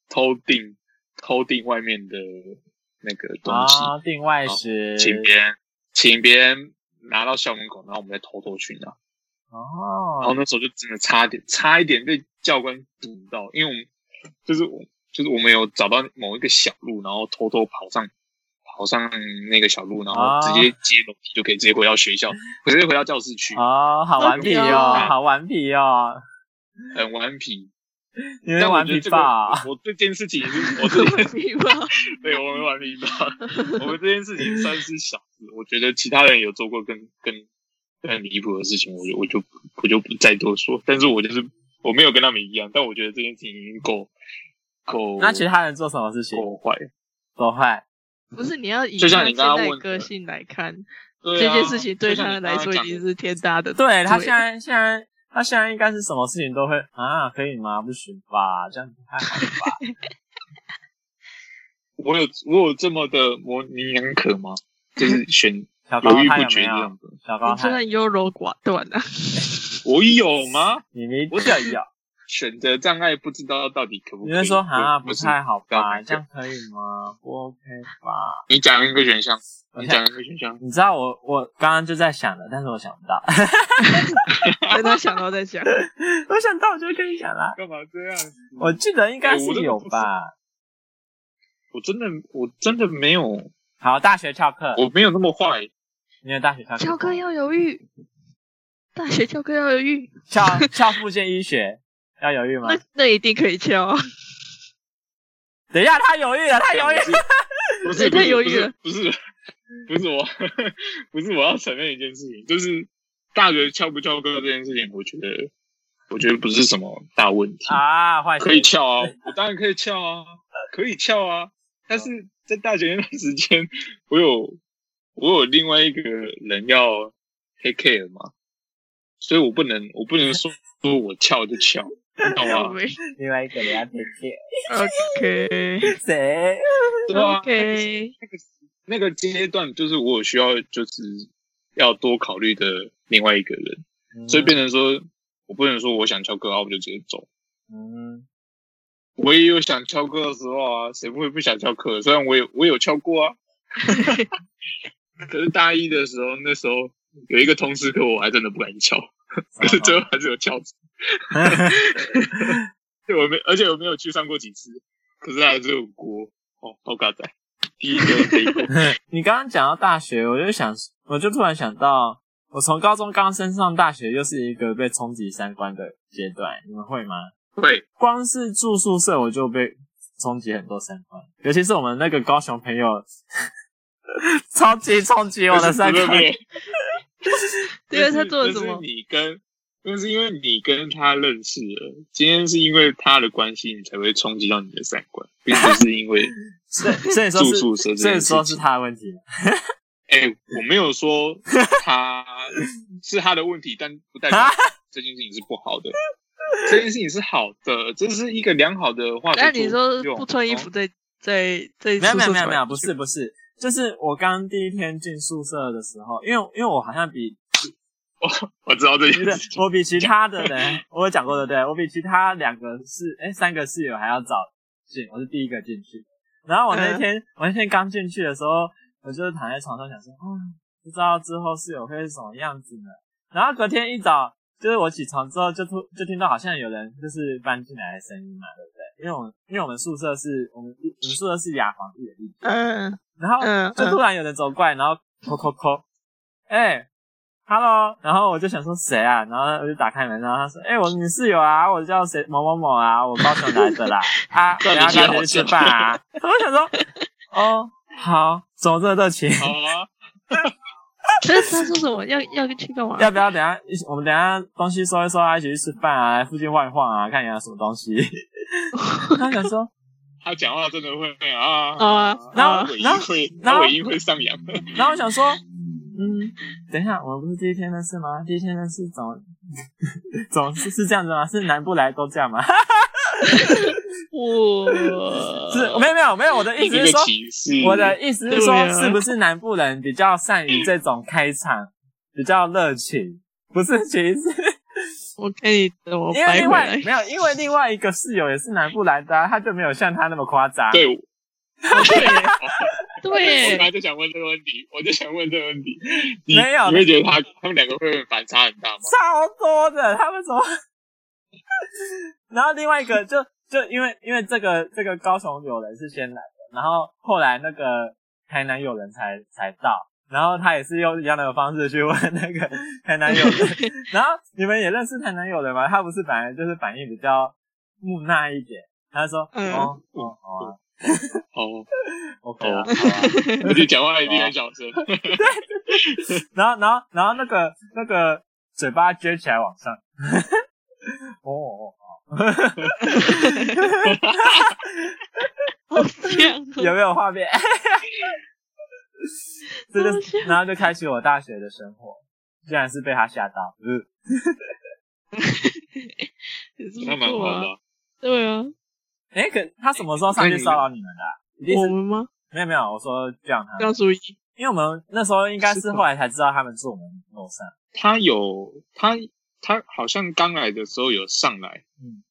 [SPEAKER 2] 偷订偷订外面的那个东西，
[SPEAKER 1] 啊定外食，
[SPEAKER 2] 请别人请别人拿到校门口，然后我们再偷偷去
[SPEAKER 1] 啊
[SPEAKER 2] 拿。然后
[SPEAKER 1] 哦，
[SPEAKER 2] 那时候就真的差点差一点被教官堵到，因为我们就是我就是我们有找到某一个小路，然后偷偷跑上跑上那个小路，然
[SPEAKER 1] 哦
[SPEAKER 2] 后直接接楼梯就可以直接回到学 校，直接回到教室去，
[SPEAKER 1] 哦，好顽皮
[SPEAKER 2] 啊
[SPEAKER 1] 哦，好顽皮哦，
[SPEAKER 2] 很顽皮。
[SPEAKER 1] 你
[SPEAKER 2] 但
[SPEAKER 1] 们
[SPEAKER 2] 我
[SPEAKER 1] 顽
[SPEAKER 2] 觉
[SPEAKER 1] 皮啊
[SPEAKER 2] 得这个，
[SPEAKER 1] 吧？
[SPEAKER 3] 啊
[SPEAKER 2] 我对这件事情已经，我自己
[SPEAKER 3] 你吧，
[SPEAKER 2] 对我们顽皮吧，我们这件事情算是小事。我觉得其他人有做过更更更离谱的事情，我就我就我就不再多说。但是我就是我没有跟他们一样，但我觉得这件事情已经够够
[SPEAKER 1] 那其他人做什么事情？
[SPEAKER 2] 够坏了。
[SPEAKER 1] 多坏？
[SPEAKER 3] 不是你要以
[SPEAKER 2] 就像
[SPEAKER 3] 他
[SPEAKER 2] 你刚刚
[SPEAKER 3] 现在
[SPEAKER 2] 问的
[SPEAKER 3] 个性来看，
[SPEAKER 2] 对
[SPEAKER 3] 这
[SPEAKER 2] 啊
[SPEAKER 3] 件事情对
[SPEAKER 2] 就像
[SPEAKER 3] 他
[SPEAKER 2] 你
[SPEAKER 3] 来
[SPEAKER 2] 刚
[SPEAKER 3] 说
[SPEAKER 2] 刚
[SPEAKER 3] 已
[SPEAKER 2] 讲
[SPEAKER 3] 经是天大 的。
[SPEAKER 1] 对啊他现在现在他现在应该是什么事情都会啊，可以吗？不行吧？这样不太好吧？
[SPEAKER 2] 我有我有这么的模棱两可吗？ 就是选
[SPEAKER 1] 小高
[SPEAKER 2] 犹豫
[SPEAKER 1] 他有
[SPEAKER 2] 不决
[SPEAKER 1] 没
[SPEAKER 2] 这
[SPEAKER 1] 有
[SPEAKER 2] 样？子，
[SPEAKER 1] 小高
[SPEAKER 3] 你
[SPEAKER 1] 他
[SPEAKER 3] 真的优柔寡断 啊！
[SPEAKER 2] 我有吗？
[SPEAKER 1] 你没
[SPEAKER 2] 我
[SPEAKER 1] 这有？
[SPEAKER 2] 选择障碍不知道到底可不可
[SPEAKER 1] 你
[SPEAKER 2] 以？
[SPEAKER 1] 是说啊
[SPEAKER 2] 我
[SPEAKER 1] 不太好吧？
[SPEAKER 2] 不是
[SPEAKER 1] 这样可以吗？不 OK 吧？
[SPEAKER 2] 你讲一个选项，
[SPEAKER 1] 我
[SPEAKER 2] 你
[SPEAKER 1] 想
[SPEAKER 2] 讲一个选项，
[SPEAKER 1] 你知道我我刚刚就在想的，但是我想不到，
[SPEAKER 3] 等他想到再想。
[SPEAKER 1] 我想到我就跟你讲啦。
[SPEAKER 2] 干嘛这样子？
[SPEAKER 1] 我记得应该
[SPEAKER 2] 哎我
[SPEAKER 1] 是
[SPEAKER 2] 真的
[SPEAKER 1] 有
[SPEAKER 2] 不
[SPEAKER 1] 吧。
[SPEAKER 2] 我真的我真的没有，
[SPEAKER 1] 好，大学翘课，
[SPEAKER 2] 我没有那么坏。
[SPEAKER 1] 你有大学翘课过
[SPEAKER 3] 教
[SPEAKER 1] 吗？
[SPEAKER 3] 科要犹豫，大学教科要犹 豫，
[SPEAKER 1] 翘翘附件医学要犹豫吗
[SPEAKER 3] 那？那一定可以敲啊。
[SPEAKER 1] 等一下，他犹豫了，他犹豫了。
[SPEAKER 2] 不是，
[SPEAKER 3] 你
[SPEAKER 2] 不
[SPEAKER 3] 太
[SPEAKER 2] 是，
[SPEAKER 3] 犹
[SPEAKER 2] 不
[SPEAKER 3] 豫了
[SPEAKER 2] 是，不是，不是我，不是我要承认一件事情，就是大学翘不翘课这件事情，我觉得我觉得不是什么大问 题，
[SPEAKER 1] 啊，坏
[SPEAKER 2] 可以
[SPEAKER 1] 学
[SPEAKER 2] 翘啊，我当然可以翘啊，可以翘啊，但是在大学那段时间，我有我有另外一个人要 take care 嘛，所以我不能我不能说说我翘就翘，你懂
[SPEAKER 3] 哦
[SPEAKER 2] 吗？
[SPEAKER 1] 另外一个人要推荐
[SPEAKER 3] OK
[SPEAKER 1] 谁？
[SPEAKER 2] 对啊
[SPEAKER 3] OK，
[SPEAKER 2] 那个那个阶段，就是我有需要，就是要多考虑的另外一个人，
[SPEAKER 1] 嗯
[SPEAKER 2] 所以变成说我不能说我想翘课啊，我就直接走。
[SPEAKER 1] 嗯，
[SPEAKER 2] 我也有想翘课的时候啊，谁会不想翘课？虽然我有我有翘过啊，可是大一的时候，那时候有一个通识课，我还真的不敢翘，可是最后还是有翘起。 对，我没，而且我没有去上过几次，可是还是有过哦，好嘎仔，第一个飞 过。
[SPEAKER 1] 你刚刚讲到大学，我就想，我就突然想到，我从高中刚升上大学，又是一个被冲击三观的阶段，你们会吗？
[SPEAKER 2] 会
[SPEAKER 1] 光是住宿舍我就被冲击很多三观，尤其是我们那个高雄朋友， 超级冲击我的三
[SPEAKER 2] 不是
[SPEAKER 1] 观
[SPEAKER 2] 不。是
[SPEAKER 3] 对啊，
[SPEAKER 2] 那
[SPEAKER 3] 他
[SPEAKER 2] 是
[SPEAKER 3] 做了什
[SPEAKER 2] 那
[SPEAKER 3] 么
[SPEAKER 2] 是？你跟，那是因为你跟他认识了，今天是因为他的关系，你才会冲击到你的三观，并不是因 为
[SPEAKER 1] 所以所以说
[SPEAKER 2] 住
[SPEAKER 1] 是，
[SPEAKER 2] 宿舍这
[SPEAKER 1] 所以
[SPEAKER 2] 件事
[SPEAKER 1] 说是
[SPEAKER 2] 情。
[SPEAKER 1] 他的问题吗。
[SPEAKER 2] 哎、我没有说他是他的问题，但不代表
[SPEAKER 1] 啊
[SPEAKER 2] 这件事情是不好的。这件事情是好的，这是一个良好的话术作用。哦
[SPEAKER 3] 那你说不穿衣服在在在
[SPEAKER 1] 没有
[SPEAKER 3] 宿
[SPEAKER 1] 没
[SPEAKER 3] 舍
[SPEAKER 1] 有没有没有，
[SPEAKER 3] 穿
[SPEAKER 1] 不是不是，就是我刚第一天进宿舍的时候，因为因为我好像比
[SPEAKER 2] 我知道这
[SPEAKER 1] 不
[SPEAKER 2] 件事情。
[SPEAKER 1] 是我比其他的人，我有讲过的对，我比其他两个室哎三个室友还要早进，我是第一个进去。然后我那天、我那天刚进去的时候，我就躺在床上想说，嗯，不知道之后室友会是什么样子呢。然后隔天一早，就是我起床之后就突就听到好像有人就是搬进来的声音嘛，对不对？因为我们因为我们宿舍是我们我们宿舍是雅房一人一间，
[SPEAKER 3] 嗯
[SPEAKER 1] 然后
[SPEAKER 3] 嗯
[SPEAKER 1] 就突
[SPEAKER 3] 嗯，
[SPEAKER 1] 然有人走过来，然后扣扣扣，哎，hello，然后我就想说谁啊，然后我就打开门，然后他说，哎、我是你室友啊，我叫谁某某某啊，我高雄来的啦， 啊，等
[SPEAKER 2] 那
[SPEAKER 1] 一
[SPEAKER 2] 你
[SPEAKER 1] 下大家
[SPEAKER 2] 也好
[SPEAKER 1] 去吃饭 啊，我就想说，哦，好，怎么这么热情？
[SPEAKER 2] 好啊，
[SPEAKER 3] 所以他说什么要要去干嘛？
[SPEAKER 1] 要不要等一下一起我们等一下东西收一收啊，一起去吃饭啊，附近晃一晃啊，看一下什么东西？ 他想说，
[SPEAKER 2] 他讲话真的会啊
[SPEAKER 3] 啊
[SPEAKER 1] 然后
[SPEAKER 2] 他尾音
[SPEAKER 1] 然后
[SPEAKER 2] 会，
[SPEAKER 1] 然
[SPEAKER 2] 他
[SPEAKER 1] 后
[SPEAKER 2] 尾音会上扬。
[SPEAKER 1] 然后我想说，嗯，等一下，我们不是第一天认识吗？第一天认识怎么怎么是是这样子吗？是南部来都这样吗？
[SPEAKER 3] 我
[SPEAKER 1] 是没有没有没有，我的意思
[SPEAKER 2] 这
[SPEAKER 1] 是
[SPEAKER 2] 个
[SPEAKER 1] 说，
[SPEAKER 2] 歧视，
[SPEAKER 1] 我的意思是说，
[SPEAKER 3] 对啊
[SPEAKER 1] 是不是南部人比较善于这种开场，比较热情？不是歧视，
[SPEAKER 3] 我看你怎么
[SPEAKER 1] 因为
[SPEAKER 3] 掰
[SPEAKER 1] 另
[SPEAKER 3] 回
[SPEAKER 1] 外
[SPEAKER 3] 来。
[SPEAKER 1] 没有，因为另外一个室友也是南部来的啊、他就没有像他那么夸张。
[SPEAKER 2] 对，我
[SPEAKER 3] 对
[SPEAKER 2] 本，来就想问这个问题，我就想问这个问题。你
[SPEAKER 1] 没有
[SPEAKER 2] 你会觉得他他们两个会反差很大吗？
[SPEAKER 1] 超多的，他们怎么？ 然后另外一个就就因为因为这个这个高雄有人是先来的，然后后来那个台南友人才才到，然后他也是用一样的方式去问那个 台南友人，然后你们也认识台南友人吗？他不是本来就是反应比较木讷一点，他说、
[SPEAKER 3] 嗯
[SPEAKER 1] 哦哦哦
[SPEAKER 2] 哦，
[SPEAKER 1] 啊，OK 啊
[SPEAKER 2] 哦。
[SPEAKER 1] 好啊
[SPEAKER 2] 而且讲话一定很小 声。
[SPEAKER 1] 然后，然后，然后那个那个嘴巴撅起来往上， 哦哦，
[SPEAKER 3] 好啊像
[SPEAKER 1] 哦有没有画面？ 这就
[SPEAKER 3] 好笑
[SPEAKER 1] 是，然后就开启我大学的生活，竟然是被他吓到，嗯，
[SPEAKER 3] 也是
[SPEAKER 2] 那
[SPEAKER 3] 不
[SPEAKER 2] 蛮
[SPEAKER 3] 错
[SPEAKER 2] 好
[SPEAKER 3] 啊
[SPEAKER 2] 的。啊，
[SPEAKER 3] 对啊，
[SPEAKER 1] 哎，可他什么时候上去骚扰你们的啊、一定
[SPEAKER 3] 我
[SPEAKER 1] 是
[SPEAKER 3] 们吗？
[SPEAKER 1] 没有没有，我说这样他们，
[SPEAKER 3] 要注意，
[SPEAKER 1] 因为我们那时候应该是
[SPEAKER 2] 是吧
[SPEAKER 1] 后来才知道他们住我们楼上，
[SPEAKER 2] 他有他他好像刚来的时候有上来，
[SPEAKER 1] 嗯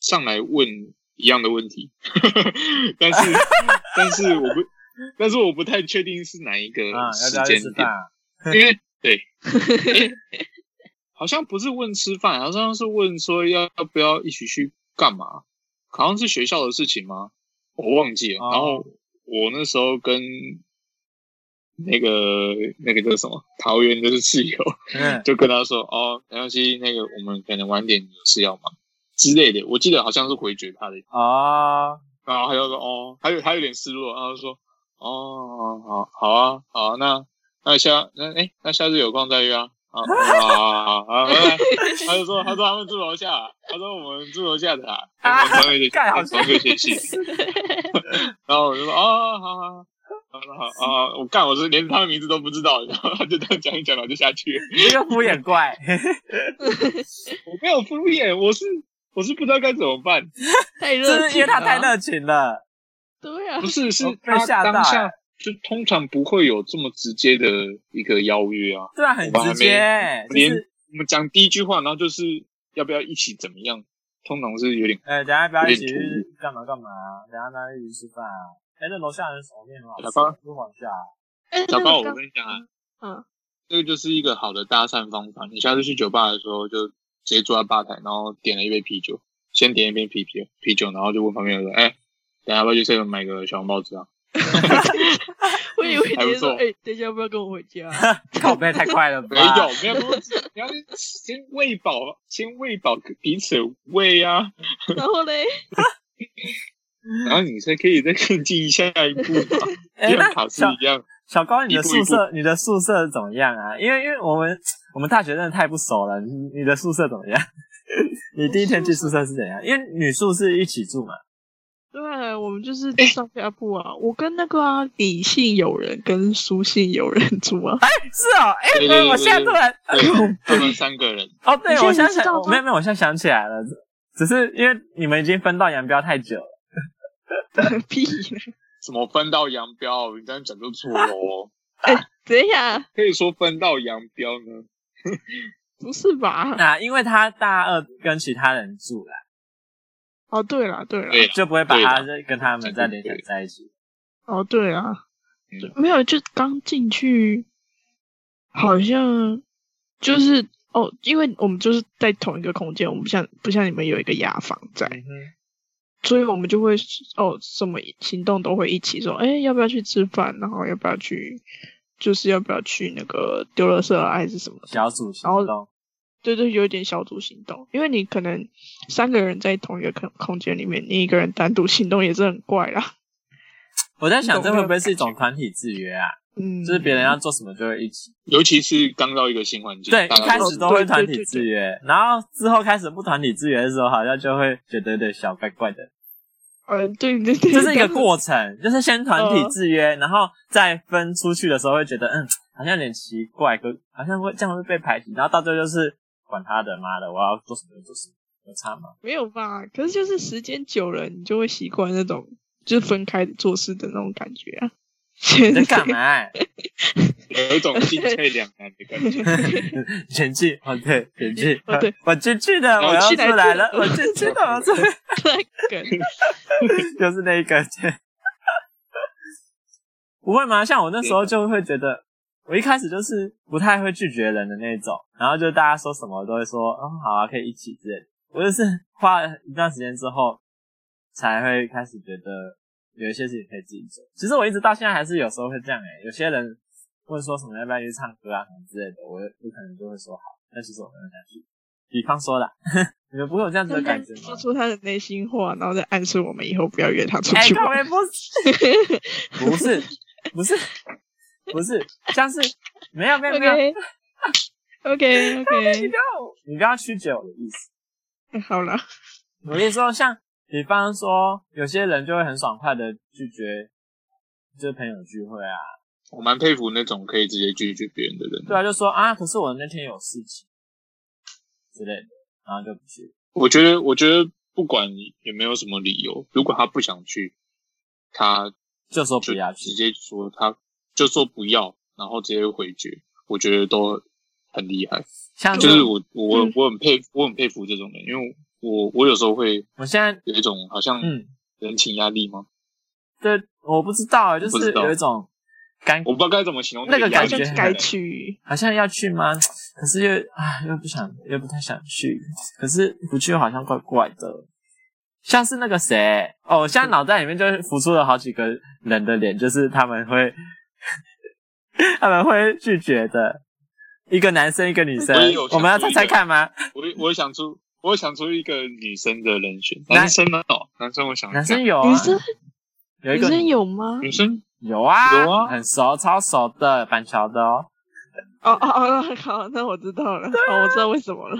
[SPEAKER 2] 上来问一样的问题，但 是但是我不，但是我不太确定是哪一个
[SPEAKER 1] 啊、要
[SPEAKER 2] 时
[SPEAKER 1] 不要去
[SPEAKER 2] 间
[SPEAKER 1] 吃饭啊？
[SPEAKER 2] 点，因 为对、诶好像不是问吃饭，好像是问说要要不要一起去干嘛，好像是学校的事情吗？我忘记了。
[SPEAKER 1] 哦
[SPEAKER 2] 然后我那时候跟那个那个叫什么桃园的室友。
[SPEAKER 1] 嗯，
[SPEAKER 2] 就跟他说哦，没关系，那个我们可能晚点有事要忙之类的。我记得好像是回绝他的，
[SPEAKER 1] 哦，
[SPEAKER 2] 然后他就说哦，他有他有点失落，然后就说哦哦，好好啊，好啊，那那下那哎，那下次有空再约啊。啊啊啊！拜拜他就说，他说他们住楼下，啊他说我们住楼下的啊，
[SPEAKER 1] 啊
[SPEAKER 2] 我们同一个
[SPEAKER 1] 干好
[SPEAKER 2] 同一个学系。然后我就说，哦，好好。好好啊！我干，我是连他的名字都不知道，然后他就这样讲一讲，然后就下去了。
[SPEAKER 1] 你这个敷衍怪，
[SPEAKER 2] 我没有敷衍，我是我是不知道该怎么 办。
[SPEAKER 3] 太
[SPEAKER 1] 就
[SPEAKER 3] 热情啊了，
[SPEAKER 1] 是因为他太热情了。
[SPEAKER 3] 对 啊
[SPEAKER 2] 不，是，是
[SPEAKER 1] 哦我被
[SPEAKER 2] 他
[SPEAKER 1] 吓到
[SPEAKER 2] 当
[SPEAKER 1] 欸
[SPEAKER 2] 下就通常不会有这么直接的一个邀约啊。
[SPEAKER 1] 对啊，很直接、欸，就
[SPEAKER 2] 连
[SPEAKER 1] 是
[SPEAKER 2] 我们讲第一句话，然后就是要不要一起怎么样，通常是有点
[SPEAKER 1] 呃，等一下不要一起
[SPEAKER 2] 有点
[SPEAKER 1] 去干嘛干嘛、啊，等一下大家一起吃饭啊。哎、那楼下的炒面很好吃，
[SPEAKER 2] 小芳
[SPEAKER 1] 不往下、啊。
[SPEAKER 3] 哎
[SPEAKER 2] 糟糕。
[SPEAKER 3] 那
[SPEAKER 2] 我
[SPEAKER 3] 个
[SPEAKER 2] 跟你讲啊，
[SPEAKER 3] 嗯，
[SPEAKER 2] 这个就是一个好的搭讪方法。你下次去酒吧的时候，就直接坐在吧台，然后点了一杯啤酒，先点一杯啤酒，啤酒，然后就问旁边的人，哎、等一下要不要去 seven 买个小笼包子啊？
[SPEAKER 3] 我以为
[SPEAKER 2] 还
[SPEAKER 3] 你
[SPEAKER 2] 不
[SPEAKER 3] 是
[SPEAKER 2] 错
[SPEAKER 3] 说，哎，等一下要不要跟我回家？啊
[SPEAKER 1] 靠背太快了吧？
[SPEAKER 2] 没有，没有那么直， 你要先喂饱，先喂饱彼此的胃啊。
[SPEAKER 3] 然后嘞，
[SPEAKER 2] 然后你才可以再更进下一步嘛，
[SPEAKER 1] 哎、
[SPEAKER 2] 就像
[SPEAKER 1] 那
[SPEAKER 2] 卡斯
[SPEAKER 1] 小
[SPEAKER 2] 一 样。
[SPEAKER 1] 小高，你的
[SPEAKER 2] 一步
[SPEAKER 1] 宿舍，你的宿舍怎么样啊？因为因为我们我们大学真的太不熟了，你你的宿舍怎么样？ 你第一天去宿舍是怎样？因为女宿是一起住嘛。
[SPEAKER 3] 对，啊我们就是
[SPEAKER 2] 哎
[SPEAKER 3] 上下铺啊。我跟那个啊，李姓友人跟苏姓友人住啊。
[SPEAKER 1] 是哦，哎、
[SPEAKER 2] 对对对
[SPEAKER 1] 我现在突然，
[SPEAKER 2] 对，他们三个人，
[SPEAKER 1] 哦，对，
[SPEAKER 3] 你现在
[SPEAKER 1] 我现在
[SPEAKER 3] 知道
[SPEAKER 1] 想，
[SPEAKER 3] 吗
[SPEAKER 1] 我没有没有，我现在想起来了，只是因为你们已经分道扬镳太久了。
[SPEAKER 3] 屁啦！
[SPEAKER 2] 怎么分道扬镳？你这样讲就错了哦。
[SPEAKER 3] 怎样？
[SPEAKER 2] 可以说分道扬镳呢？
[SPEAKER 3] 不是吧？
[SPEAKER 1] 那、因为他大二跟其他人住啦，
[SPEAKER 3] 哦，对啦，对啦，
[SPEAKER 2] 对啦
[SPEAKER 1] 就不会把
[SPEAKER 2] 对
[SPEAKER 1] 他
[SPEAKER 2] 啦
[SPEAKER 1] 这跟他们再联想在一起。
[SPEAKER 3] 哦，对啦，
[SPEAKER 2] 嗯
[SPEAKER 3] 对没有，就刚进去，好像就是哦，因为我们就是在同一个空间，我们不像不像你们有一个雅房在，
[SPEAKER 1] 嗯哼
[SPEAKER 3] 所以我们就会哦，什么行动都会一起说，哎，要不要去吃饭？然后要不要去，就是要不要去那个丢垃圾啊，还是什么的？
[SPEAKER 1] 小组行
[SPEAKER 3] 然
[SPEAKER 1] 动，
[SPEAKER 3] 对对，有一点小组行动，因为你可能三个人在同一个空空间里面，你一个人单独行动也是很怪啦。
[SPEAKER 1] 我在想
[SPEAKER 3] 你懂
[SPEAKER 1] 这会不会
[SPEAKER 3] 那个
[SPEAKER 1] 是一种团体制约啊？
[SPEAKER 3] 嗯，
[SPEAKER 1] 就是别人要做什么就会一起，
[SPEAKER 2] 尤其是刚到一个新环境，
[SPEAKER 1] 对，
[SPEAKER 2] 大家
[SPEAKER 1] 一开
[SPEAKER 2] 都
[SPEAKER 1] 始呃都会团体制约，然后之后开始不团体制约的时候，好像就会觉得有点小怪怪 的。
[SPEAKER 3] 呃，对对对，
[SPEAKER 1] 这是一个过程，就是先团体制约，然后再分出去的时候会觉得，嗯，好像有点奇怪，可好像会这样会被排挤，然后到最后就是管他的，妈的，我要做什么就做什么，有差吗？
[SPEAKER 3] 没有吧？可是就是时间久了，你就会习惯那种就是分开做事的那种感觉啊。
[SPEAKER 1] 你
[SPEAKER 3] 你
[SPEAKER 1] 在干？嘛？
[SPEAKER 2] 有一种进退两难的感觉。
[SPEAKER 1] 前进，哦对，前进，
[SPEAKER 3] 哦对，
[SPEAKER 1] 我进去的，我
[SPEAKER 2] 我
[SPEAKER 1] 要
[SPEAKER 3] 进来
[SPEAKER 1] 出来
[SPEAKER 3] 了
[SPEAKER 1] 了，我进去的，我出来了， 就是那一个，对不会吗？像我那时候就会觉得，我一开始就是不太会拒绝人的那种，然后就大家说什么都会说，嗯，好啊，可以一起之类的。我就是花了一段时间之后，才会开始觉得有一些事情可以自己做。其实我一直到现在还是有时候会这样哎、有些人问说什么要不要去唱歌啊什么之类的，我我可能就会说好，但其实我没有想去。比方说啦， 你们不会有这样子的感觉吗
[SPEAKER 3] 说？出他的内心话，然后再暗示我们以后不要约他出
[SPEAKER 1] 哎，
[SPEAKER 3] 去
[SPEAKER 1] 各
[SPEAKER 3] 玩。
[SPEAKER 1] 位不是 不是不是不是，像是没有没有没有，
[SPEAKER 3] OK OK
[SPEAKER 1] 你
[SPEAKER 3] OK，哎
[SPEAKER 1] 不要你不要曲解我的意思。
[SPEAKER 3] 好了，
[SPEAKER 1] 我跟你说，像比方说，有些人就会很爽快的拒绝，就是朋友聚会啊，
[SPEAKER 2] 我蛮佩服那种可以直接拒绝别人的人。
[SPEAKER 1] 对啊，就说啊，可是我那天有事情之类的，然后就不去。
[SPEAKER 2] 我觉得，我觉得不管有没有什么理由，如果他不想去，他
[SPEAKER 1] 就说
[SPEAKER 2] 就
[SPEAKER 1] 不要去
[SPEAKER 2] 直，接说他就说不要，然后直接回绝，我觉得都很厉害。
[SPEAKER 1] 像
[SPEAKER 2] 就是我我
[SPEAKER 3] 嗯
[SPEAKER 2] 我很佩服我很佩服这种人，因为我我有时候会
[SPEAKER 1] 我现在，
[SPEAKER 2] 有一种好像
[SPEAKER 1] 嗯，
[SPEAKER 2] 人情压力吗？
[SPEAKER 1] 对，我不知道，欸就
[SPEAKER 2] 不
[SPEAKER 1] 是
[SPEAKER 2] 知道
[SPEAKER 1] 有一种尴，
[SPEAKER 2] 我不知道该怎么形容
[SPEAKER 1] 那个
[SPEAKER 2] 压
[SPEAKER 1] 感
[SPEAKER 2] 力
[SPEAKER 1] 觉
[SPEAKER 3] 就
[SPEAKER 1] 很
[SPEAKER 3] 该去。
[SPEAKER 1] 好像要去吗？可是又啊，又不想，又不太想去，可是不去又好像怪怪的。像是那个谁哦，我现在脑袋里面就是浮出了好几个人的脸，就是他们会， 他们会拒绝的，一个男生一个女生
[SPEAKER 2] 我也有，
[SPEAKER 1] 我们要猜猜看吗？
[SPEAKER 2] 我我有想出我有想出一个女生的人选，
[SPEAKER 1] 男
[SPEAKER 2] 男生呢？哦，男生我想一下
[SPEAKER 1] 男生有、啊，
[SPEAKER 3] 女生
[SPEAKER 1] 有一
[SPEAKER 3] 女
[SPEAKER 1] 个
[SPEAKER 3] 生有吗？
[SPEAKER 2] 女生
[SPEAKER 1] 有啊
[SPEAKER 2] 有啊
[SPEAKER 1] 很熟，超熟的板桥的哦，
[SPEAKER 3] 哦哦哦，好，那我知道了，哦，我知道为什么了。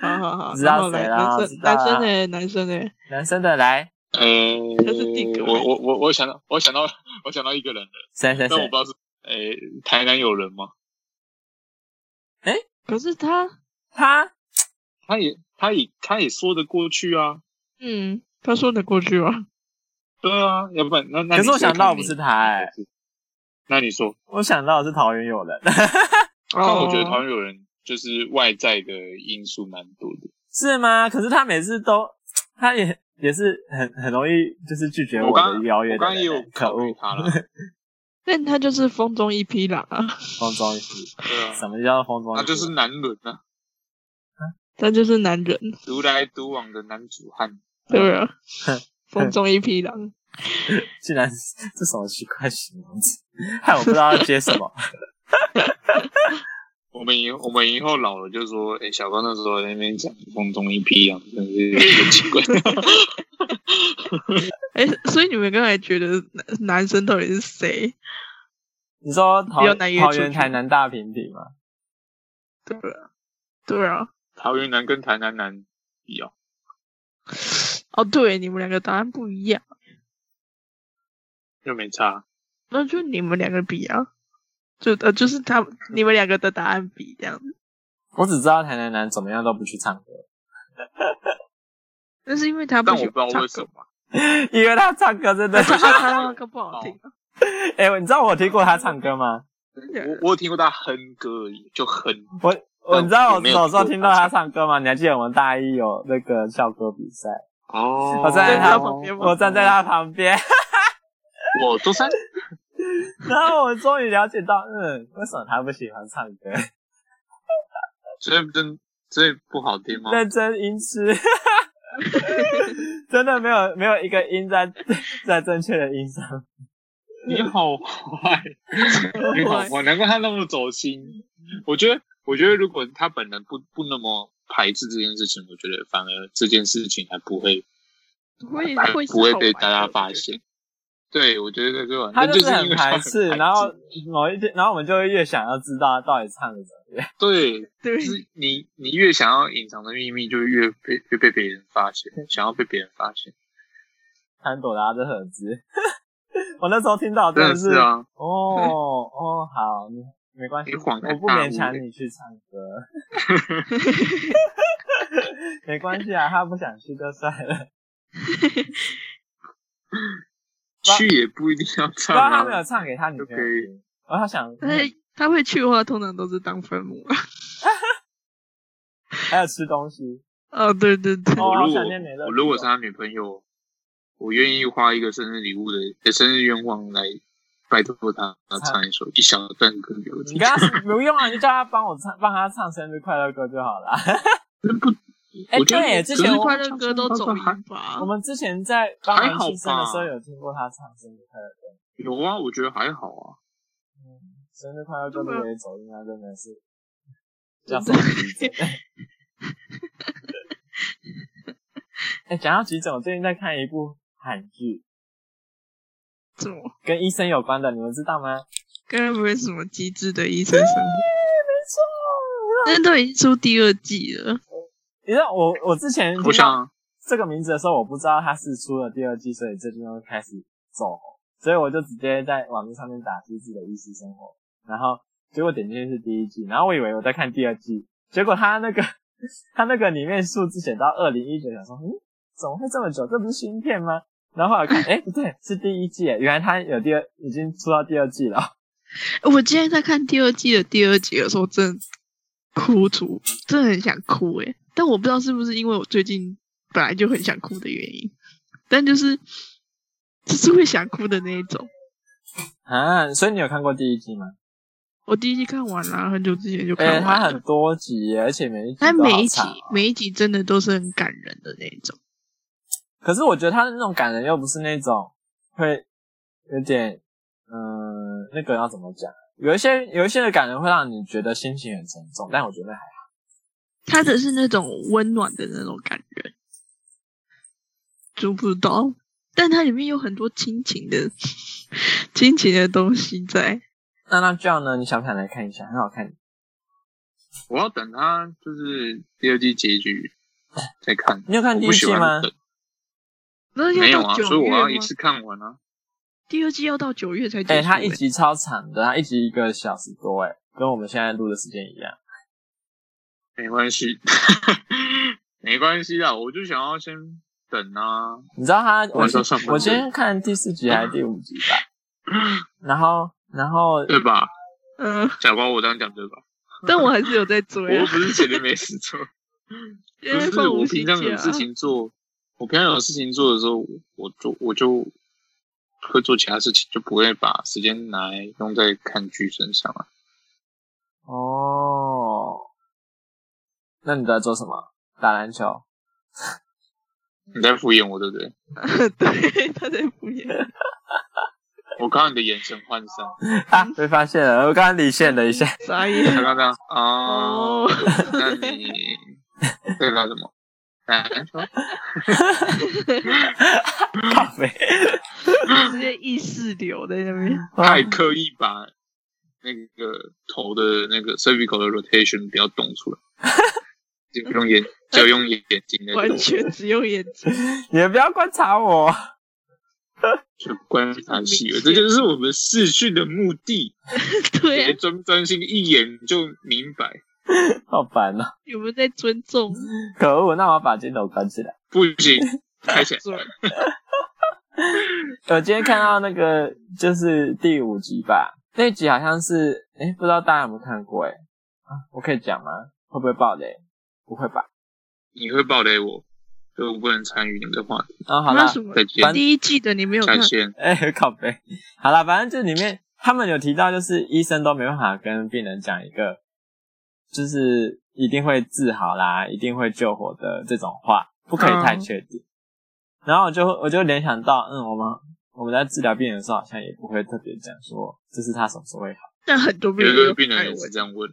[SPEAKER 3] 好好好，
[SPEAKER 1] 啊知道
[SPEAKER 3] 然后来
[SPEAKER 1] 谁啦
[SPEAKER 3] 男
[SPEAKER 1] 知
[SPEAKER 3] 生
[SPEAKER 1] 道啦
[SPEAKER 3] 男生呢？男生呢？
[SPEAKER 1] 男生的来
[SPEAKER 2] 呃，
[SPEAKER 3] 他是第九
[SPEAKER 2] 我我我我想到我想到我想到一个人了，
[SPEAKER 1] 谁谁
[SPEAKER 2] 但我
[SPEAKER 1] 谁
[SPEAKER 2] 不知道是诶、台南有人吗？
[SPEAKER 3] 可是他，
[SPEAKER 1] 他
[SPEAKER 2] 他也他也他也说得过去啊，
[SPEAKER 3] 嗯，他说得过去吗？
[SPEAKER 2] 对啊，要不然那那
[SPEAKER 1] 可是
[SPEAKER 2] 你
[SPEAKER 1] 我想
[SPEAKER 2] 说
[SPEAKER 1] 到
[SPEAKER 2] 看
[SPEAKER 1] 不
[SPEAKER 2] 你
[SPEAKER 1] 是他哎
[SPEAKER 2] 那你说，
[SPEAKER 1] 我想到的是桃园有人，
[SPEAKER 2] 但我觉得台湾有人就是外在的因素蛮多的。
[SPEAKER 1] 是吗？可是他每次都，他也也是很很容易就是拒绝
[SPEAKER 2] 我刚
[SPEAKER 1] 的邀约
[SPEAKER 2] 我
[SPEAKER 1] 的
[SPEAKER 2] 刚
[SPEAKER 1] 人
[SPEAKER 2] 也有
[SPEAKER 1] 可
[SPEAKER 2] 考虑
[SPEAKER 1] 恶，
[SPEAKER 2] 他了，
[SPEAKER 3] 但他就是风中一匹狼啊，
[SPEAKER 1] 风中一匹。
[SPEAKER 2] 对 啊，
[SPEAKER 1] 什么叫风中一
[SPEAKER 2] 他
[SPEAKER 1] 匹？
[SPEAKER 2] 就是男人啊，
[SPEAKER 3] 他就是男人，
[SPEAKER 2] 独来独往的男子汉。
[SPEAKER 3] 对啊， 风中一匹狼。
[SPEAKER 1] 竟然是 这什么奇怪形容词， 害我不知道要接什么。
[SPEAKER 2] 我们以我们以后老了就说，哎、小刚那时候在那边讲风中一匹狼，真的是有点奇 怪。
[SPEAKER 3] 哎，所以你们刚才觉得 男男生到底是谁？
[SPEAKER 1] 你说桃
[SPEAKER 3] 比较难约
[SPEAKER 1] 桃园
[SPEAKER 3] 出去
[SPEAKER 1] 台南大平底吗？
[SPEAKER 3] 对啊，对啊，
[SPEAKER 2] 桃园男跟台南男一样，
[SPEAKER 3] 哦，对，你们两个答案不一样，
[SPEAKER 2] 又没差。
[SPEAKER 3] 那就你们两个比啊，就呃，就是他你们两个的答案比这样子。
[SPEAKER 1] 我只知道台南男怎么样都不去唱歌，
[SPEAKER 3] 那是因为他不
[SPEAKER 2] 但我
[SPEAKER 3] 喜
[SPEAKER 2] 不知道
[SPEAKER 3] 欢唱
[SPEAKER 2] 为
[SPEAKER 3] 歌
[SPEAKER 2] 什么，
[SPEAKER 1] 因为他唱歌真的
[SPEAKER 3] 但
[SPEAKER 1] 是
[SPEAKER 3] 是，他唱歌不好听
[SPEAKER 2] 哦
[SPEAKER 3] 啊。
[SPEAKER 1] 哎、你知道我听过他唱歌吗？
[SPEAKER 2] 我我有听过他哼歌而已，就哼。
[SPEAKER 1] 我我
[SPEAKER 2] 嗯
[SPEAKER 1] 你知道
[SPEAKER 2] 我
[SPEAKER 1] 我
[SPEAKER 2] 没有
[SPEAKER 1] 小时候
[SPEAKER 2] 听
[SPEAKER 1] 听
[SPEAKER 2] 过
[SPEAKER 1] 到
[SPEAKER 2] 他
[SPEAKER 1] 他唱歌吗？你还记得我们大一有那个校歌比赛，
[SPEAKER 2] 哦
[SPEAKER 1] 我站在他我站在，他旁边。
[SPEAKER 2] 我都三，
[SPEAKER 1] 然后我终于了解到，嗯，为什么他不喜欢唱歌？
[SPEAKER 2] 啊所以真所以不好听吗？
[SPEAKER 1] 认真音痴， 真的没有没有一个音在 在正确的音上。
[SPEAKER 2] 你好坏，你好坏，难怪他那么走心。我觉得，我觉得如果他本人不不那么排斥这件事情，我觉得反而这件事情还不会
[SPEAKER 3] 会
[SPEAKER 2] 还
[SPEAKER 3] 会是
[SPEAKER 2] 不会
[SPEAKER 3] 好
[SPEAKER 2] 被
[SPEAKER 3] 玩
[SPEAKER 2] 大家
[SPEAKER 3] 的
[SPEAKER 2] 发。现。对，我觉得这个
[SPEAKER 1] 他
[SPEAKER 2] 那就是
[SPEAKER 1] 很
[SPEAKER 2] 因为 他
[SPEAKER 1] 排
[SPEAKER 2] 很
[SPEAKER 1] 斥，
[SPEAKER 2] 排
[SPEAKER 1] 然后某一天，然后我们就会越想要知道他到底唱的怎么样。
[SPEAKER 2] 对，
[SPEAKER 3] 对
[SPEAKER 2] 就，是你你越想要隐藏的秘密，就越被越被别人发现，想要被别人发现，
[SPEAKER 1] 潘朵拉的盒子， 我那时候听到
[SPEAKER 2] 真
[SPEAKER 1] 真
[SPEAKER 2] 的
[SPEAKER 1] 的是，
[SPEAKER 2] 是啊。
[SPEAKER 1] 哦哦，好，你没关系，
[SPEAKER 2] 你
[SPEAKER 1] 我
[SPEAKER 2] 恍然
[SPEAKER 1] 不
[SPEAKER 2] 大悟
[SPEAKER 1] 勉强
[SPEAKER 2] 欸
[SPEAKER 1] 你去唱歌， 没关系啊，他不想去就算了。
[SPEAKER 2] 去也不一定要
[SPEAKER 1] 不
[SPEAKER 2] 唱
[SPEAKER 1] 知道他没有
[SPEAKER 2] 啊，
[SPEAKER 1] 唱给他女朋友听，然后他想，
[SPEAKER 3] 但是他会去的话，通常都是当分母啊。
[SPEAKER 1] 还有吃东西，
[SPEAKER 3] 哦，对对对，
[SPEAKER 1] 哦，
[SPEAKER 2] 我
[SPEAKER 1] 好
[SPEAKER 2] 如果
[SPEAKER 1] 想念美乐
[SPEAKER 2] 我
[SPEAKER 1] 蒂
[SPEAKER 2] 如果
[SPEAKER 1] 哦
[SPEAKER 2] 是他女朋友，我愿意花一个生日礼物的呃生日愿望来拜托他唱一首一小段歌给我
[SPEAKER 1] 你
[SPEAKER 2] 听。
[SPEAKER 1] 跟他不用啊，你就叫他帮我唱，帮他唱生日快乐歌就好了。
[SPEAKER 2] 那不
[SPEAKER 1] 哎、
[SPEAKER 2] 我觉得
[SPEAKER 1] 对，
[SPEAKER 2] 可
[SPEAKER 1] 之
[SPEAKER 2] 是
[SPEAKER 1] 前
[SPEAKER 3] 生日
[SPEAKER 1] 我
[SPEAKER 3] 快乐歌都走音吧
[SPEAKER 1] 我？们之前在帮人庆生的时候有听过他唱生日快乐歌，
[SPEAKER 2] 有啊，我觉得还好啊。
[SPEAKER 1] 嗯，生日快乐歌的也走音啊，真的是叫
[SPEAKER 3] 真
[SPEAKER 1] 什
[SPEAKER 3] 的
[SPEAKER 1] 么急诊？ 哎、讲到急诊，我最近在看一部韩剧，
[SPEAKER 3] 怎么？
[SPEAKER 1] 跟医生有关的，你们知道吗？
[SPEAKER 3] 该不会是什么机智的医生 生活？
[SPEAKER 1] 没
[SPEAKER 3] 那都已经出第二季了，
[SPEAKER 1] 错，你知道我我之前
[SPEAKER 2] 我
[SPEAKER 1] 听到
[SPEAKER 2] 想
[SPEAKER 1] 这个名字的时候，我不知道他是出了第二季，所以最近又开始走红，所以我就直接在网络上面打机智的医师生活，然后结果点进去是第一季，然后我以为我在看第二季，结果他那个 他那个里面数字写到二零一九，想说嗯，怎么会这么久？这不是新片吗？然后后来看，哎、不对，是第一季耶，原来他有第二，已经出到第二季了。
[SPEAKER 3] 我今天在看第二季的第二集的时候，真的哭出，真的很想哭诶、但我不知道是不是因为我最近本来就很想哭的原因，但就是就是会想哭的那一种。
[SPEAKER 1] 啊，所以你有看过第一季吗？
[SPEAKER 3] 我第一季看完了，很久之前就
[SPEAKER 1] 哎、
[SPEAKER 3] 看
[SPEAKER 1] 它
[SPEAKER 3] 完
[SPEAKER 1] 很
[SPEAKER 3] 了。
[SPEAKER 1] 多集耶，而且每一集
[SPEAKER 3] 但
[SPEAKER 1] 都好
[SPEAKER 3] 每一集
[SPEAKER 1] 长哦
[SPEAKER 3] 每一集真的都是很感人的那一种，
[SPEAKER 1] 可是我觉得他的那种感人又不是那种会有点，嗯，那个要怎么讲？有一些有一些的感人会让你觉得心情很沉重，但我觉得还好。
[SPEAKER 3] 他的是那种温暖的那种感人，就不知道。但它里面有很多亲情的 亲情的东西在，
[SPEAKER 1] 那那这样呢？你想不想来看一下？很好看。
[SPEAKER 2] 我要等他就是第二季结局再看。
[SPEAKER 1] 你有看第一
[SPEAKER 2] 不喜
[SPEAKER 1] 季
[SPEAKER 2] 欢
[SPEAKER 1] 吗？
[SPEAKER 2] 等
[SPEAKER 3] 那
[SPEAKER 2] 没
[SPEAKER 3] 要
[SPEAKER 2] 有
[SPEAKER 3] 到
[SPEAKER 2] 啊，
[SPEAKER 3] 九
[SPEAKER 2] 所以我
[SPEAKER 3] 月
[SPEAKER 2] 要
[SPEAKER 3] 吗
[SPEAKER 2] 一？次看完啊。
[SPEAKER 3] 第二季要到九月才
[SPEAKER 1] 哎、
[SPEAKER 3] 结束、
[SPEAKER 1] 它一
[SPEAKER 3] 欸
[SPEAKER 1] 集超长的，它一集一个小时多，哎，跟我们现在录的时间一样。
[SPEAKER 2] 没关系， 没关系啊啦，我就想要先等啊。
[SPEAKER 1] 你知道它，我
[SPEAKER 2] 晚上上班
[SPEAKER 1] 我今天看第四集还是第五集吧，然后然后
[SPEAKER 2] 对吧？
[SPEAKER 3] 嗯，
[SPEAKER 2] 假瓜，我这样讲对吧？
[SPEAKER 3] 但我还是有在追
[SPEAKER 2] 我
[SPEAKER 3] 啊，
[SPEAKER 2] 不是闲着没事做，
[SPEAKER 3] 因
[SPEAKER 2] 不
[SPEAKER 3] 为
[SPEAKER 2] 是
[SPEAKER 3] 放
[SPEAKER 2] 我
[SPEAKER 3] 无啊
[SPEAKER 2] 平
[SPEAKER 3] 薪
[SPEAKER 2] 常
[SPEAKER 3] 假
[SPEAKER 2] 有事情做，我平常有事情做的时候，我就我就会做其他事情，就不会把时间拿来用在看剧身上啊。
[SPEAKER 1] 哦，那你都在做什么？打篮球。
[SPEAKER 2] 你在敷衍我，对不对？
[SPEAKER 3] 啊， 对，他在敷衍，
[SPEAKER 2] 我看到你的眼神涣散，
[SPEAKER 1] 啊， 被发现了，我刚刚离线了一下。
[SPEAKER 3] 傻
[SPEAKER 2] 刚
[SPEAKER 3] 眼
[SPEAKER 2] 刚这样啊
[SPEAKER 3] 哦，，
[SPEAKER 2] 那 你在干什么？哎打篮球？
[SPEAKER 3] 嗯
[SPEAKER 1] 靠北，
[SPEAKER 3] 直接意识流在那 边，
[SPEAKER 2] 太刻意把那个头的那个 cervical 的 rotation 不要动 出来，就用眼，只有用眼睛的
[SPEAKER 3] 完全只用眼睛，
[SPEAKER 1] 你们不要观察我。
[SPEAKER 2] 去观察细微，
[SPEAKER 3] 很明显
[SPEAKER 2] 这就是我们视讯的目的。
[SPEAKER 3] 对
[SPEAKER 2] 别
[SPEAKER 3] 啊，
[SPEAKER 2] 专专心，一眼就明白。
[SPEAKER 1] 好烦哦，
[SPEAKER 3] 有没有在尊重？
[SPEAKER 1] 可恶！那我要把镜头关起来。
[SPEAKER 2] 不行，开 起来。
[SPEAKER 3] 准
[SPEAKER 1] 我今天看到那个就是第五集吧，那集好像是，哎、不知道大家有没有看过、诶哎，啊，我可以讲吗？会不会爆雷？不会吧？
[SPEAKER 2] 你会暴雷我，所以我不能参与你们的话题。
[SPEAKER 1] 啊，好啦
[SPEAKER 3] 那，什么
[SPEAKER 2] 再见，
[SPEAKER 3] 第一季的你没有
[SPEAKER 2] 下
[SPEAKER 3] 看？
[SPEAKER 2] 线。
[SPEAKER 1] 哎、靠背，好啦，反正就里面他们有提到，就是医生都没办法跟病人讲一个，就是一定会治好啦，一定会救活的这种话，不可以太确定。然后我就我就联想到，嗯，我们我们在治疗病人的时候，好像也不会特别讲说这是他什么时候会好，
[SPEAKER 3] 但很多病
[SPEAKER 2] 有一
[SPEAKER 3] 人
[SPEAKER 2] 个
[SPEAKER 3] 都
[SPEAKER 2] 病人
[SPEAKER 3] 爱
[SPEAKER 2] 也
[SPEAKER 3] 哎我
[SPEAKER 2] 是这样问，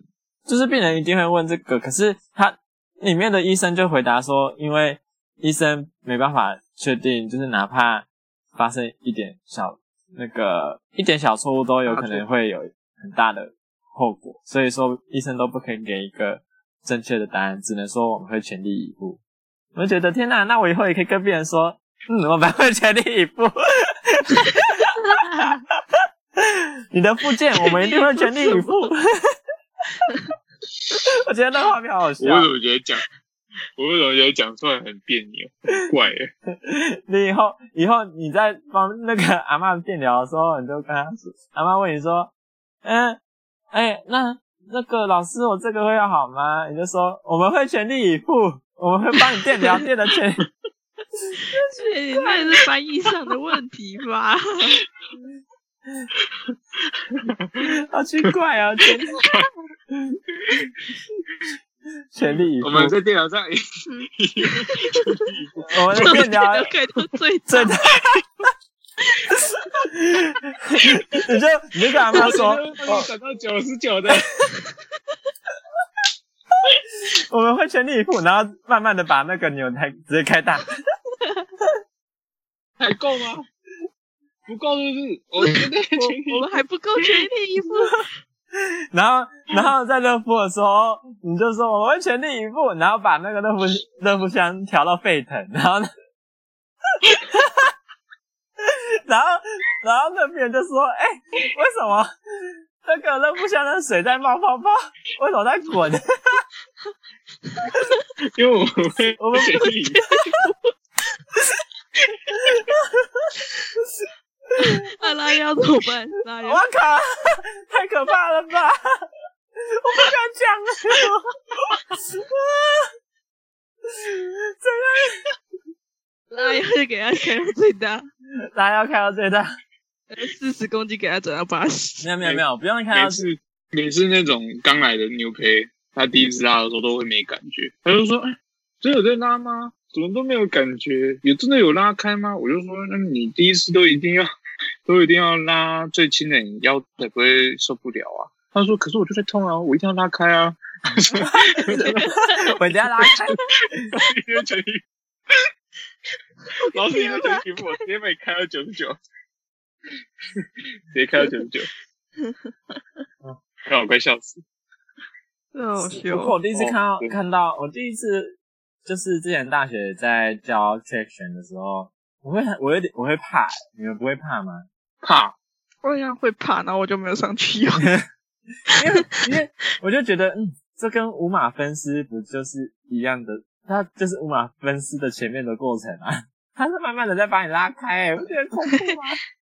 [SPEAKER 1] 就是病人一定会问这个，可是他里面的医生就回答说，因为医生没办法确定，就是哪怕发生一点小那个一点小错误，都有可能会有很大的后果，所以说医生都不可以给一个正确的答案，只能说我们会全力以赴。我就觉得天哪，那我以后也可以跟病人说，嗯，我们会全力以赴。你的附件，我们一定会全力以赴。 我觉得那画面好好笑
[SPEAKER 3] 啊
[SPEAKER 2] 我。为什么觉得讲，我为什么觉得讲出来很别扭，很怪、 欸？
[SPEAKER 1] 你以后以后你在帮那个阿嬷电疗的时候，你就跟她说，阿嬷问你说，嗯，哎、那那个老师，我这个会要好吗？你就说我们会全力以赴，我们会帮你电疗，电的全。
[SPEAKER 3] 对，那也是翻译上的问题 吧？
[SPEAKER 1] 哎啊 好奇怪哦，真是。全力以赴。
[SPEAKER 2] 我们在电脑 上一
[SPEAKER 1] 我们变聊
[SPEAKER 3] 要改到 最
[SPEAKER 1] 最
[SPEAKER 3] 大，
[SPEAKER 1] 大，你就你就跟阿 妈说，
[SPEAKER 3] 哦
[SPEAKER 1] 哦
[SPEAKER 2] 我等到九十九 的，
[SPEAKER 1] 我我们会全力以赴，然后慢慢的把那个牛奶直接开大。
[SPEAKER 2] 还够吗？不够是不 是？我觉得
[SPEAKER 3] 我我们还不够全力 以赴。
[SPEAKER 1] 然后，然后在热敷的时候，你就说我们会全力以赴，然后把那个热敷热敷箱调到沸腾， 然后呢，然后，然后那边就说，哎、为什么那个热敷箱的水在冒泡泡？为什么在滚？
[SPEAKER 2] 因为我们会
[SPEAKER 1] 我们
[SPEAKER 2] 全力以赴
[SPEAKER 3] 阿拉要怎么办？拉
[SPEAKER 1] 我
[SPEAKER 3] 要
[SPEAKER 1] 靠，太可怕了吧！ 我不敢讲了， 啊， 真的。
[SPEAKER 3] 拉要就给他开到最大，呃
[SPEAKER 1] 大家要开到最大，
[SPEAKER 3] 四十公斤给他转到八十。
[SPEAKER 1] 没有没有没有，不用开到
[SPEAKER 2] 每次每次那种刚来的牛培，他第一次拉的时候都会没感觉，他就说：“哎，真的有在拉吗？怎么都没有感觉？有真的有拉开吗？”我就说：“那你第一次都一定要都一定要拉最轻的，你腰才不会受不了啊。”他说：“可是我就在痛啊，我一定要拉开啊。”我说
[SPEAKER 1] 我等一下拉开，
[SPEAKER 2] 因为陈 宇，老师因为陈宇，我直接被开到九十九， 直接开到九十 九，让我快笑死。
[SPEAKER 3] 那好
[SPEAKER 1] 不过 我
[SPEAKER 3] 笑。
[SPEAKER 1] 第一次看到、
[SPEAKER 2] 哦对
[SPEAKER 1] 看到，我第一次就是之前大学在教 traction 的时候，我会我有点我会怕，你们不会怕吗？
[SPEAKER 2] 怕
[SPEAKER 3] 我好像会怕，然后我就没有上 去用。哎
[SPEAKER 1] 因为因为 我就觉得，嗯，这跟五马分尸不就是一样的？它就是五马分尸的前面的过程啊，它是慢慢的在把你拉开、欸，我觉得恐怖啊！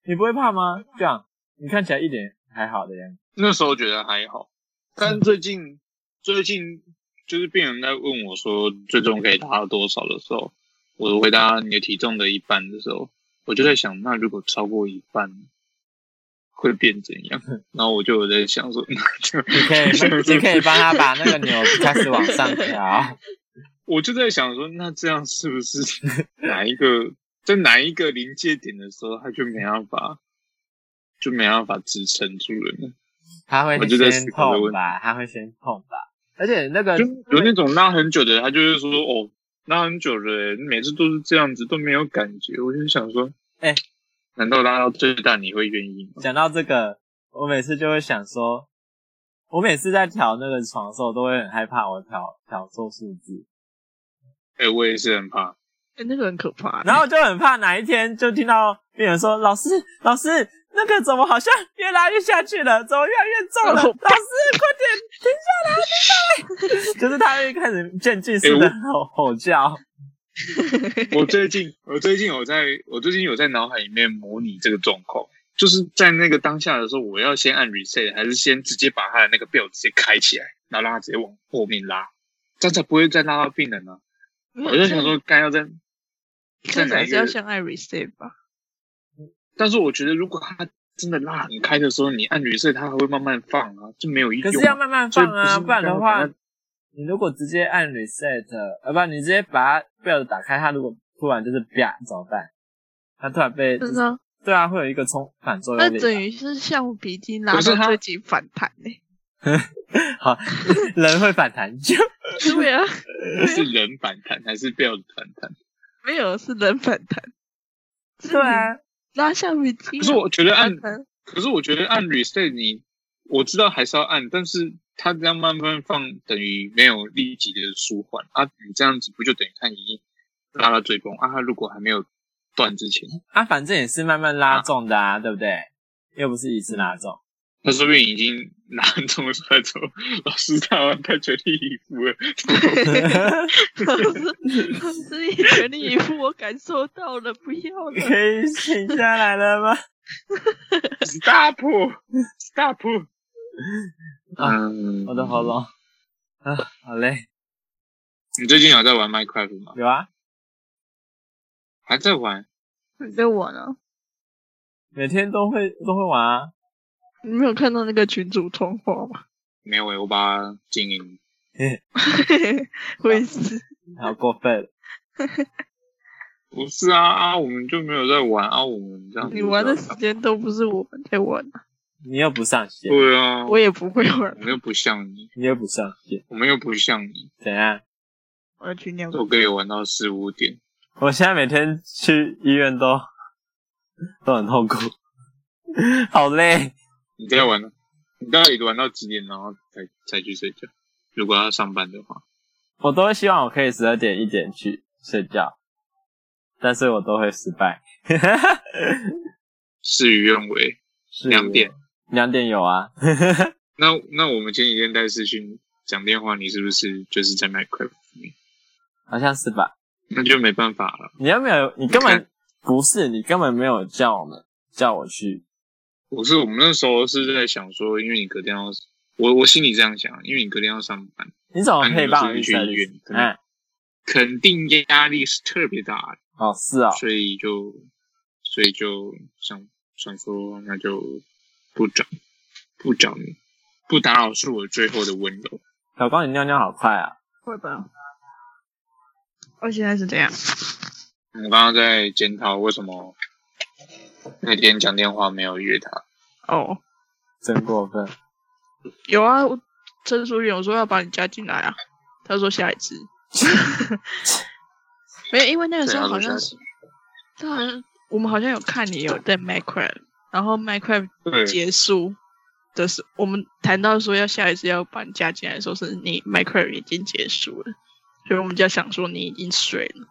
[SPEAKER 1] 你不会怕吗？这样你看起来一点还好的样子，
[SPEAKER 2] 那时候觉得还好，但最近最近就是病人在问我说最重可以达到多少的时候，我回答你的体重的一半的时候，我就在想，那如果超过一半会变怎样？然后我就有在想说，那就
[SPEAKER 1] 你可以 你可以帮他把那个牛开始往上 调。
[SPEAKER 2] 我就在想说，那这样是不是哪一个在哪一个临界点的时候，他就没办法，就没办法支撑住了呢？
[SPEAKER 1] 他会
[SPEAKER 2] 我就在
[SPEAKER 1] 先
[SPEAKER 2] 思考这个
[SPEAKER 1] 痛
[SPEAKER 2] 问题
[SPEAKER 1] 吧，他会先痛吧。而且那个
[SPEAKER 2] 就有那种拉很久的，他就是说哦，拉很久了，欸每次都是这样子都没有感觉。我就想说，
[SPEAKER 1] 哎
[SPEAKER 2] 难道拉到最大你会愿意吗？
[SPEAKER 1] 讲到这个，我每次就会想说，我每次在调那个床的时候，都会很害怕我调调错数字，
[SPEAKER 2] 哎、我也是很怕，
[SPEAKER 3] 哎那个很可
[SPEAKER 2] 啊
[SPEAKER 3] 怕。
[SPEAKER 1] 然后我就很怕哪一天就听到病人说：“老师，老师，那个怎么好像越拉越下去了？怎么越来越重了？老师，
[SPEAKER 3] 然后
[SPEAKER 1] 快点停下来，停下来！” 就是他会开始渐进式的
[SPEAKER 2] 哎
[SPEAKER 1] 吼吼叫。
[SPEAKER 2] 我最近，我最近有在，我最近有在脑海里面模拟这个状况，就是在那个当下的时候，我要先按 reset，还是先直接把他的那个 bell 直接开起来，然后让他直接往后面拉，这样才不会再拉到病人呢、
[SPEAKER 3] 我
[SPEAKER 2] 我就想，说，该要在
[SPEAKER 3] 一
[SPEAKER 2] 在
[SPEAKER 3] 开始
[SPEAKER 2] 哪
[SPEAKER 3] 还
[SPEAKER 2] 一
[SPEAKER 3] 是要
[SPEAKER 2] 个？
[SPEAKER 3] 像艾 reset 吧。
[SPEAKER 2] 但是我觉得，如果他真的拉很开的时候，你按 reset，他还会慢慢放啊，就没有
[SPEAKER 1] 可
[SPEAKER 2] 用、
[SPEAKER 1] 是要
[SPEAKER 2] 啊。
[SPEAKER 1] 慢慢
[SPEAKER 2] 所以
[SPEAKER 1] 放
[SPEAKER 2] 不
[SPEAKER 1] 啊，
[SPEAKER 2] 是
[SPEAKER 1] 不然的
[SPEAKER 2] 要
[SPEAKER 1] 话
[SPEAKER 2] 把它，
[SPEAKER 1] 你如果直接按 reset，呃，不，你直接把它 b u 打开，它如果突然就是啪怎么办？它突然被
[SPEAKER 3] 真的，
[SPEAKER 1] 对啊，会有一个冲反作
[SPEAKER 3] 那
[SPEAKER 1] 用力
[SPEAKER 3] 等于是橡皮筋拉
[SPEAKER 2] 可是
[SPEAKER 3] 到
[SPEAKER 2] 它
[SPEAKER 3] 最近反弹欸呢。
[SPEAKER 1] 吧，好， 人会反弹就
[SPEAKER 3] 对啊，
[SPEAKER 2] 是人反弹还是 bell 反弹？
[SPEAKER 3] 没有是人反弹。
[SPEAKER 1] 对啊，
[SPEAKER 3] 拉橡皮筋啊。
[SPEAKER 2] 可是我觉得按
[SPEAKER 3] 反弹
[SPEAKER 2] 可是我觉得按 reset 你，我知道还是要按，但是它这样慢慢放，等于没有立即的舒缓啊。你这样子不就等于它已经拉到最崩啊？它如果还没有断之前，
[SPEAKER 1] 啊，反正也是慢慢拉中的啊，对不对？又不是一次 拉中，
[SPEAKER 2] 它说不定已经 拿很重的时候，走，老师他他全力以赴了。
[SPEAKER 3] 老师，老师，你全力以赴，我感受到了，不要了。
[SPEAKER 1] 可以停下来了吗？
[SPEAKER 2] Stop，Stop。
[SPEAKER 1] 啊
[SPEAKER 2] 嗯
[SPEAKER 1] 我的喉。咙啊，好嘞，
[SPEAKER 2] 你最近有在玩 Minecraft 吗？
[SPEAKER 1] 有啊，
[SPEAKER 2] 还在玩？
[SPEAKER 3] 你在玩啊？
[SPEAKER 1] 每天都会都会玩啊，
[SPEAKER 3] 你没有看到那个群主通话吗？
[SPEAKER 2] 欸没有诶、我把它静音。
[SPEAKER 3] 我也是，
[SPEAKER 1] 好过分了。
[SPEAKER 2] 不是啊啊，我们就没有在玩啊，我们这样子啊
[SPEAKER 3] 你玩的
[SPEAKER 2] 这
[SPEAKER 3] 时
[SPEAKER 2] 样
[SPEAKER 3] 间都不是我们在玩啊，
[SPEAKER 1] 你又不上线，
[SPEAKER 2] 对啊，
[SPEAKER 3] 我也不会玩
[SPEAKER 2] 我，们又不像你，
[SPEAKER 1] 你又不上线，
[SPEAKER 2] 我们又不像你，
[SPEAKER 1] 怎样？
[SPEAKER 3] 我要去尿
[SPEAKER 2] 都可以玩到四五点。
[SPEAKER 1] 我现在每天去医院都 都很痛苦， 好累。
[SPEAKER 2] 你在玩呢？你到底玩到几点，然后才才去睡觉？如果要上班的话，
[SPEAKER 1] 我都会希望我可以十二点一点去睡觉，但是我都会失败。
[SPEAKER 2] 事与愿违，
[SPEAKER 1] 是
[SPEAKER 2] 两点。
[SPEAKER 1] 两点有啊，
[SPEAKER 2] 那那我们前几天在视讯讲电话，你是不是就是在 Minecraft 里面？
[SPEAKER 1] 好像是吧？
[SPEAKER 2] 那就没办法了。
[SPEAKER 1] 你又没有，你根
[SPEAKER 2] 你
[SPEAKER 1] 本不是，你根本没有叫我们叫我去。
[SPEAKER 2] 不是，我们那时候是在想说，因为你隔天要，我我心里这样想，因为你隔天要上班，
[SPEAKER 1] 你怎么可以帮我
[SPEAKER 2] 啊那
[SPEAKER 1] 预
[SPEAKER 2] 你们是
[SPEAKER 1] 测
[SPEAKER 2] 去医院？对
[SPEAKER 1] 嗯，
[SPEAKER 2] 肯定压力是特别大
[SPEAKER 1] 哦，是哦
[SPEAKER 2] 的，，所以就所以就想想说，那就不找不找你，不打扰是我最后的温柔。
[SPEAKER 1] 小光，你尿尿好快啊！
[SPEAKER 3] 会吧？我现在是这样，
[SPEAKER 2] 我们刚刚在检讨为什么那天讲电话没有约他，
[SPEAKER 3] 哦，
[SPEAKER 1] 真过分。
[SPEAKER 3] 有啊，我陈淑媛我说要把你加进来啊，他说下一次， 没有，因为那个
[SPEAKER 2] 对
[SPEAKER 3] 时
[SPEAKER 2] 啊
[SPEAKER 3] 候好像是，他好像我们好像有看你有在 Minecraft，然后 Minecraft
[SPEAKER 2] 对
[SPEAKER 3] 结束的时候，我们谈到说要下一次要把你加进来的时候，是你 Minecraft 已经结束了，所以我们就在想说你已经睡了，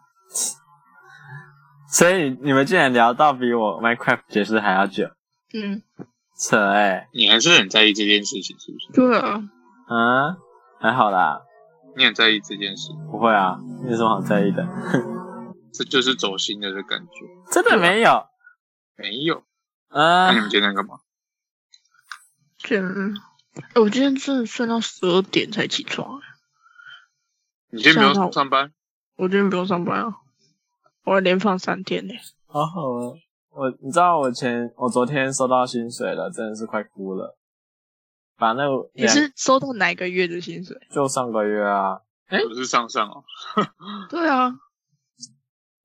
[SPEAKER 1] 所以你们竟然聊到比我 Minecraft 解释还要久，
[SPEAKER 3] 嗯，
[SPEAKER 1] 扯哎、
[SPEAKER 2] 你还是很在意这件事情，是不是？
[SPEAKER 3] 对啊，
[SPEAKER 1] 嗯，还好啦，
[SPEAKER 2] 你很在意这件事，
[SPEAKER 1] 不会啊，有什么好在意的？
[SPEAKER 2] 这就是走心了的感觉。
[SPEAKER 1] 真的没有。
[SPEAKER 2] 没有，那你
[SPEAKER 1] 嗯，
[SPEAKER 2] 们今天干嘛？
[SPEAKER 3] 这样，哎我今天真的睡到十二点才起床，
[SPEAKER 2] 你今天没
[SPEAKER 3] 吓到
[SPEAKER 2] 有
[SPEAKER 3] 我
[SPEAKER 2] 上班？
[SPEAKER 3] 我今天不用上班啊，我要连放三天呢、
[SPEAKER 1] 好好哦。我你知道我前我昨天收到薪水了，真的是快哭了。把那个
[SPEAKER 3] 你是收到哪个月的薪水？
[SPEAKER 1] 就上个月啊，哎
[SPEAKER 2] 不是上上哦，
[SPEAKER 3] 对啊，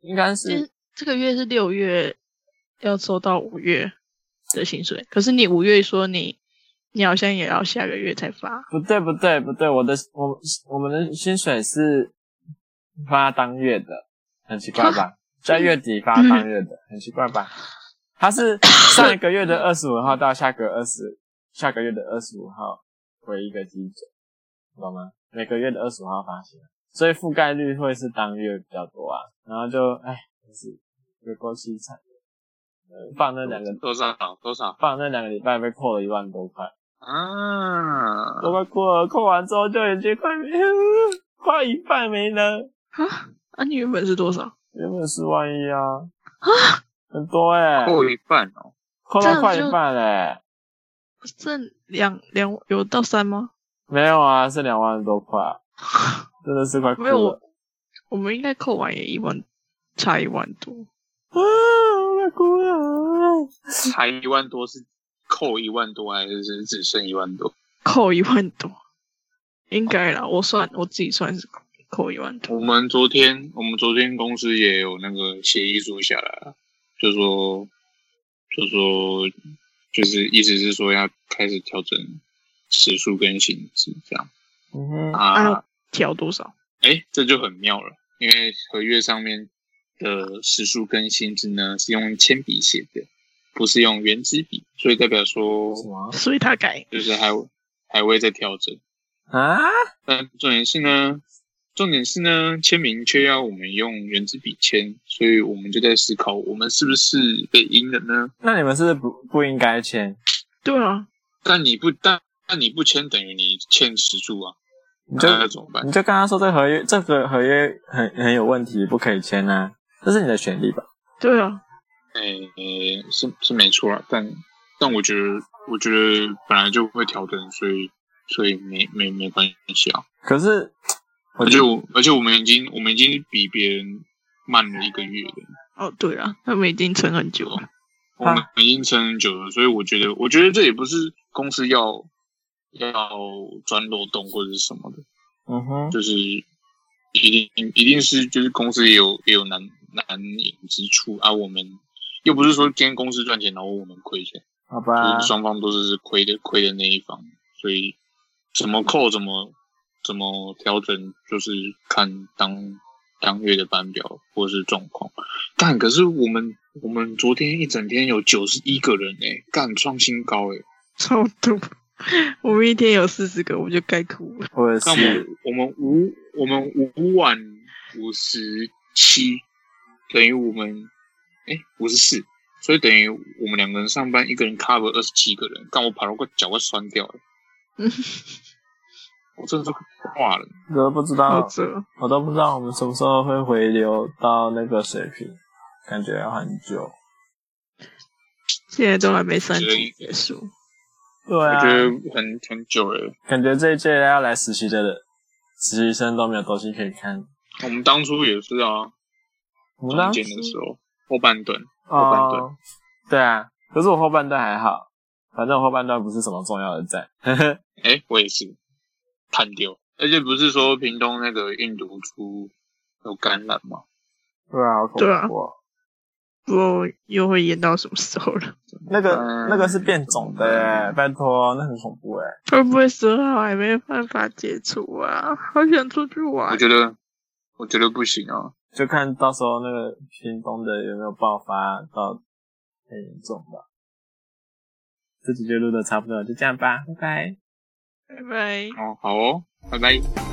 [SPEAKER 1] 应该
[SPEAKER 3] 今
[SPEAKER 1] 是
[SPEAKER 3] 这个月是六月，要收到五月的薪水。可是你五月说你，你好像也要下个月才发。
[SPEAKER 1] 不对不对不对，我的我我们的薪水是发当月的，很奇怪吧？ 在月底发当月的，很奇怪吧？它是上一个月的二十五号到下个二十下个月的二十五号为一个基准，懂吗？每个月的二十五号发行，所以覆盖率会是当月比较多啊。然后就哎，就是有够凄惨的，呃放那两个
[SPEAKER 2] 多少多少
[SPEAKER 1] 放那两个礼拜被扣了一万多块。
[SPEAKER 2] 啊？
[SPEAKER 1] 都快哭了，哭完之后就已经快没 快一半没了，
[SPEAKER 3] 啊啊！你原本是多少？
[SPEAKER 1] 原本四万一啊，很多哎、欸，
[SPEAKER 2] 扣一半哦，
[SPEAKER 1] 扣
[SPEAKER 3] 这
[SPEAKER 1] 到
[SPEAKER 3] 样
[SPEAKER 1] 快
[SPEAKER 3] 就
[SPEAKER 1] 一半嘞、
[SPEAKER 3] 剩两两有到三吗？
[SPEAKER 1] 没有啊，是两万多 块，真的是快哭
[SPEAKER 3] 没有
[SPEAKER 1] 了
[SPEAKER 3] 我，我们应该扣完也一万，差一万多。
[SPEAKER 1] 啊，我快哭了，
[SPEAKER 2] 才一万多是扣一万多还是只剩一万多？
[SPEAKER 3] 扣一万多，应该啦。我算我自己算是扣扣一万多。
[SPEAKER 2] 我们昨天我们昨天公司也有那个协议书下来啊，就说就说就是意思是说要开始调整时数跟薪资这样
[SPEAKER 1] 嗯哼，
[SPEAKER 2] 啊。
[SPEAKER 3] 啊调多少？
[SPEAKER 2] 哎，这就很妙了，因为合约上面的时数跟薪资呢是用铅笔写的，不是用圆珠笔，所以代表说
[SPEAKER 1] 什么
[SPEAKER 3] 所以他改
[SPEAKER 2] 就是还还会再调整。
[SPEAKER 1] 啊？
[SPEAKER 2] 但重点是呢，重点是呢，签名却要我们用圆珠笔签，所以我们就在思考，我们是不是被阴了呢？
[SPEAKER 1] 那你们是不是不不应该签？
[SPEAKER 3] 对啊，
[SPEAKER 2] 但你不但但你不签，等于你欠时数啊，
[SPEAKER 1] 你就
[SPEAKER 2] 那要怎么办
[SPEAKER 1] 你？就跟他说这合约这个合约很很有问题，不可以签啊，这是你的权利吧？
[SPEAKER 3] 对啊，
[SPEAKER 2] 诶、哎是是没错啊，但但我觉得，我觉得本来就会调整，所以所以没没没关系啊。
[SPEAKER 1] 可是我
[SPEAKER 2] 而
[SPEAKER 1] 觉
[SPEAKER 2] 且
[SPEAKER 1] 得
[SPEAKER 2] 我而且我们已经我们已经比别人慢了一个月了，
[SPEAKER 3] 哦对啊，他们已经撑很久了。
[SPEAKER 2] 我
[SPEAKER 1] 啊
[SPEAKER 2] 们已经撑很久了，所以我觉得我觉得这也不是公司要要钻漏洞或者是什么的，
[SPEAKER 1] 嗯哼，
[SPEAKER 2] 就是一定一定是就是公司也有也有难难以之处啊，我们又不是说今天公司赚钱，然后我们亏钱，
[SPEAKER 1] 好
[SPEAKER 2] 就
[SPEAKER 1] 吧
[SPEAKER 2] 是，双方都是亏的亏的那一方，所以怎么扣怎么怎么调整，就是看当当月的班表或是状况。但可是我们我们昨天一整天有九十一个人诶、欸干创新高欸诶、
[SPEAKER 3] 超多。 我们一天有四十个，我就该哭了。
[SPEAKER 1] 我也
[SPEAKER 2] 那我们
[SPEAKER 1] 是，
[SPEAKER 2] 我们五我们五晚五十七等于我们哎五十四，所以等于我们两个人上班，一个人 cover 二十七个人，干我跑到快脚快酸 掉了，我真的是挂了。
[SPEAKER 1] 我都不知
[SPEAKER 3] 好
[SPEAKER 1] 道，
[SPEAKER 3] 折，
[SPEAKER 1] 我都不知道我们什么时候会回流到那个水平，感觉要很久。
[SPEAKER 3] 现在都还没三
[SPEAKER 2] 所以
[SPEAKER 3] 集结束，
[SPEAKER 1] 对
[SPEAKER 2] 我
[SPEAKER 1] 啊
[SPEAKER 2] 觉，得很很久了。
[SPEAKER 1] 感觉这一届要来实习的人，实习生都没有东西可以看。
[SPEAKER 2] 我们当初也是啊，
[SPEAKER 1] 我们
[SPEAKER 2] 中
[SPEAKER 1] 当
[SPEAKER 2] 间的时候后半段，后半段
[SPEAKER 1] 哦，对啊，可是我后半段还好，反正我后半段不是什么重要的站。
[SPEAKER 2] 哎、我也是判丢，而且不是说屏东那个运毒株有感染吗？
[SPEAKER 1] 对啊，好恐
[SPEAKER 3] 对啊
[SPEAKER 1] 怖、哦。
[SPEAKER 3] 不过又会演到什么时候了？
[SPEAKER 1] 那个
[SPEAKER 2] 嗯
[SPEAKER 1] 那个是变种的耶，拜托，那很恐怖哎。
[SPEAKER 3] 会不会十二号还没办法解除啊？好想出去玩
[SPEAKER 2] 我。觉得我觉得不行啊。
[SPEAKER 1] 就看到时候那个屏东的有没有爆发到很严重吧。这集就录的差不多了，就这样吧，拜拜。
[SPEAKER 3] 拜拜。
[SPEAKER 2] 哦，好哦，拜拜。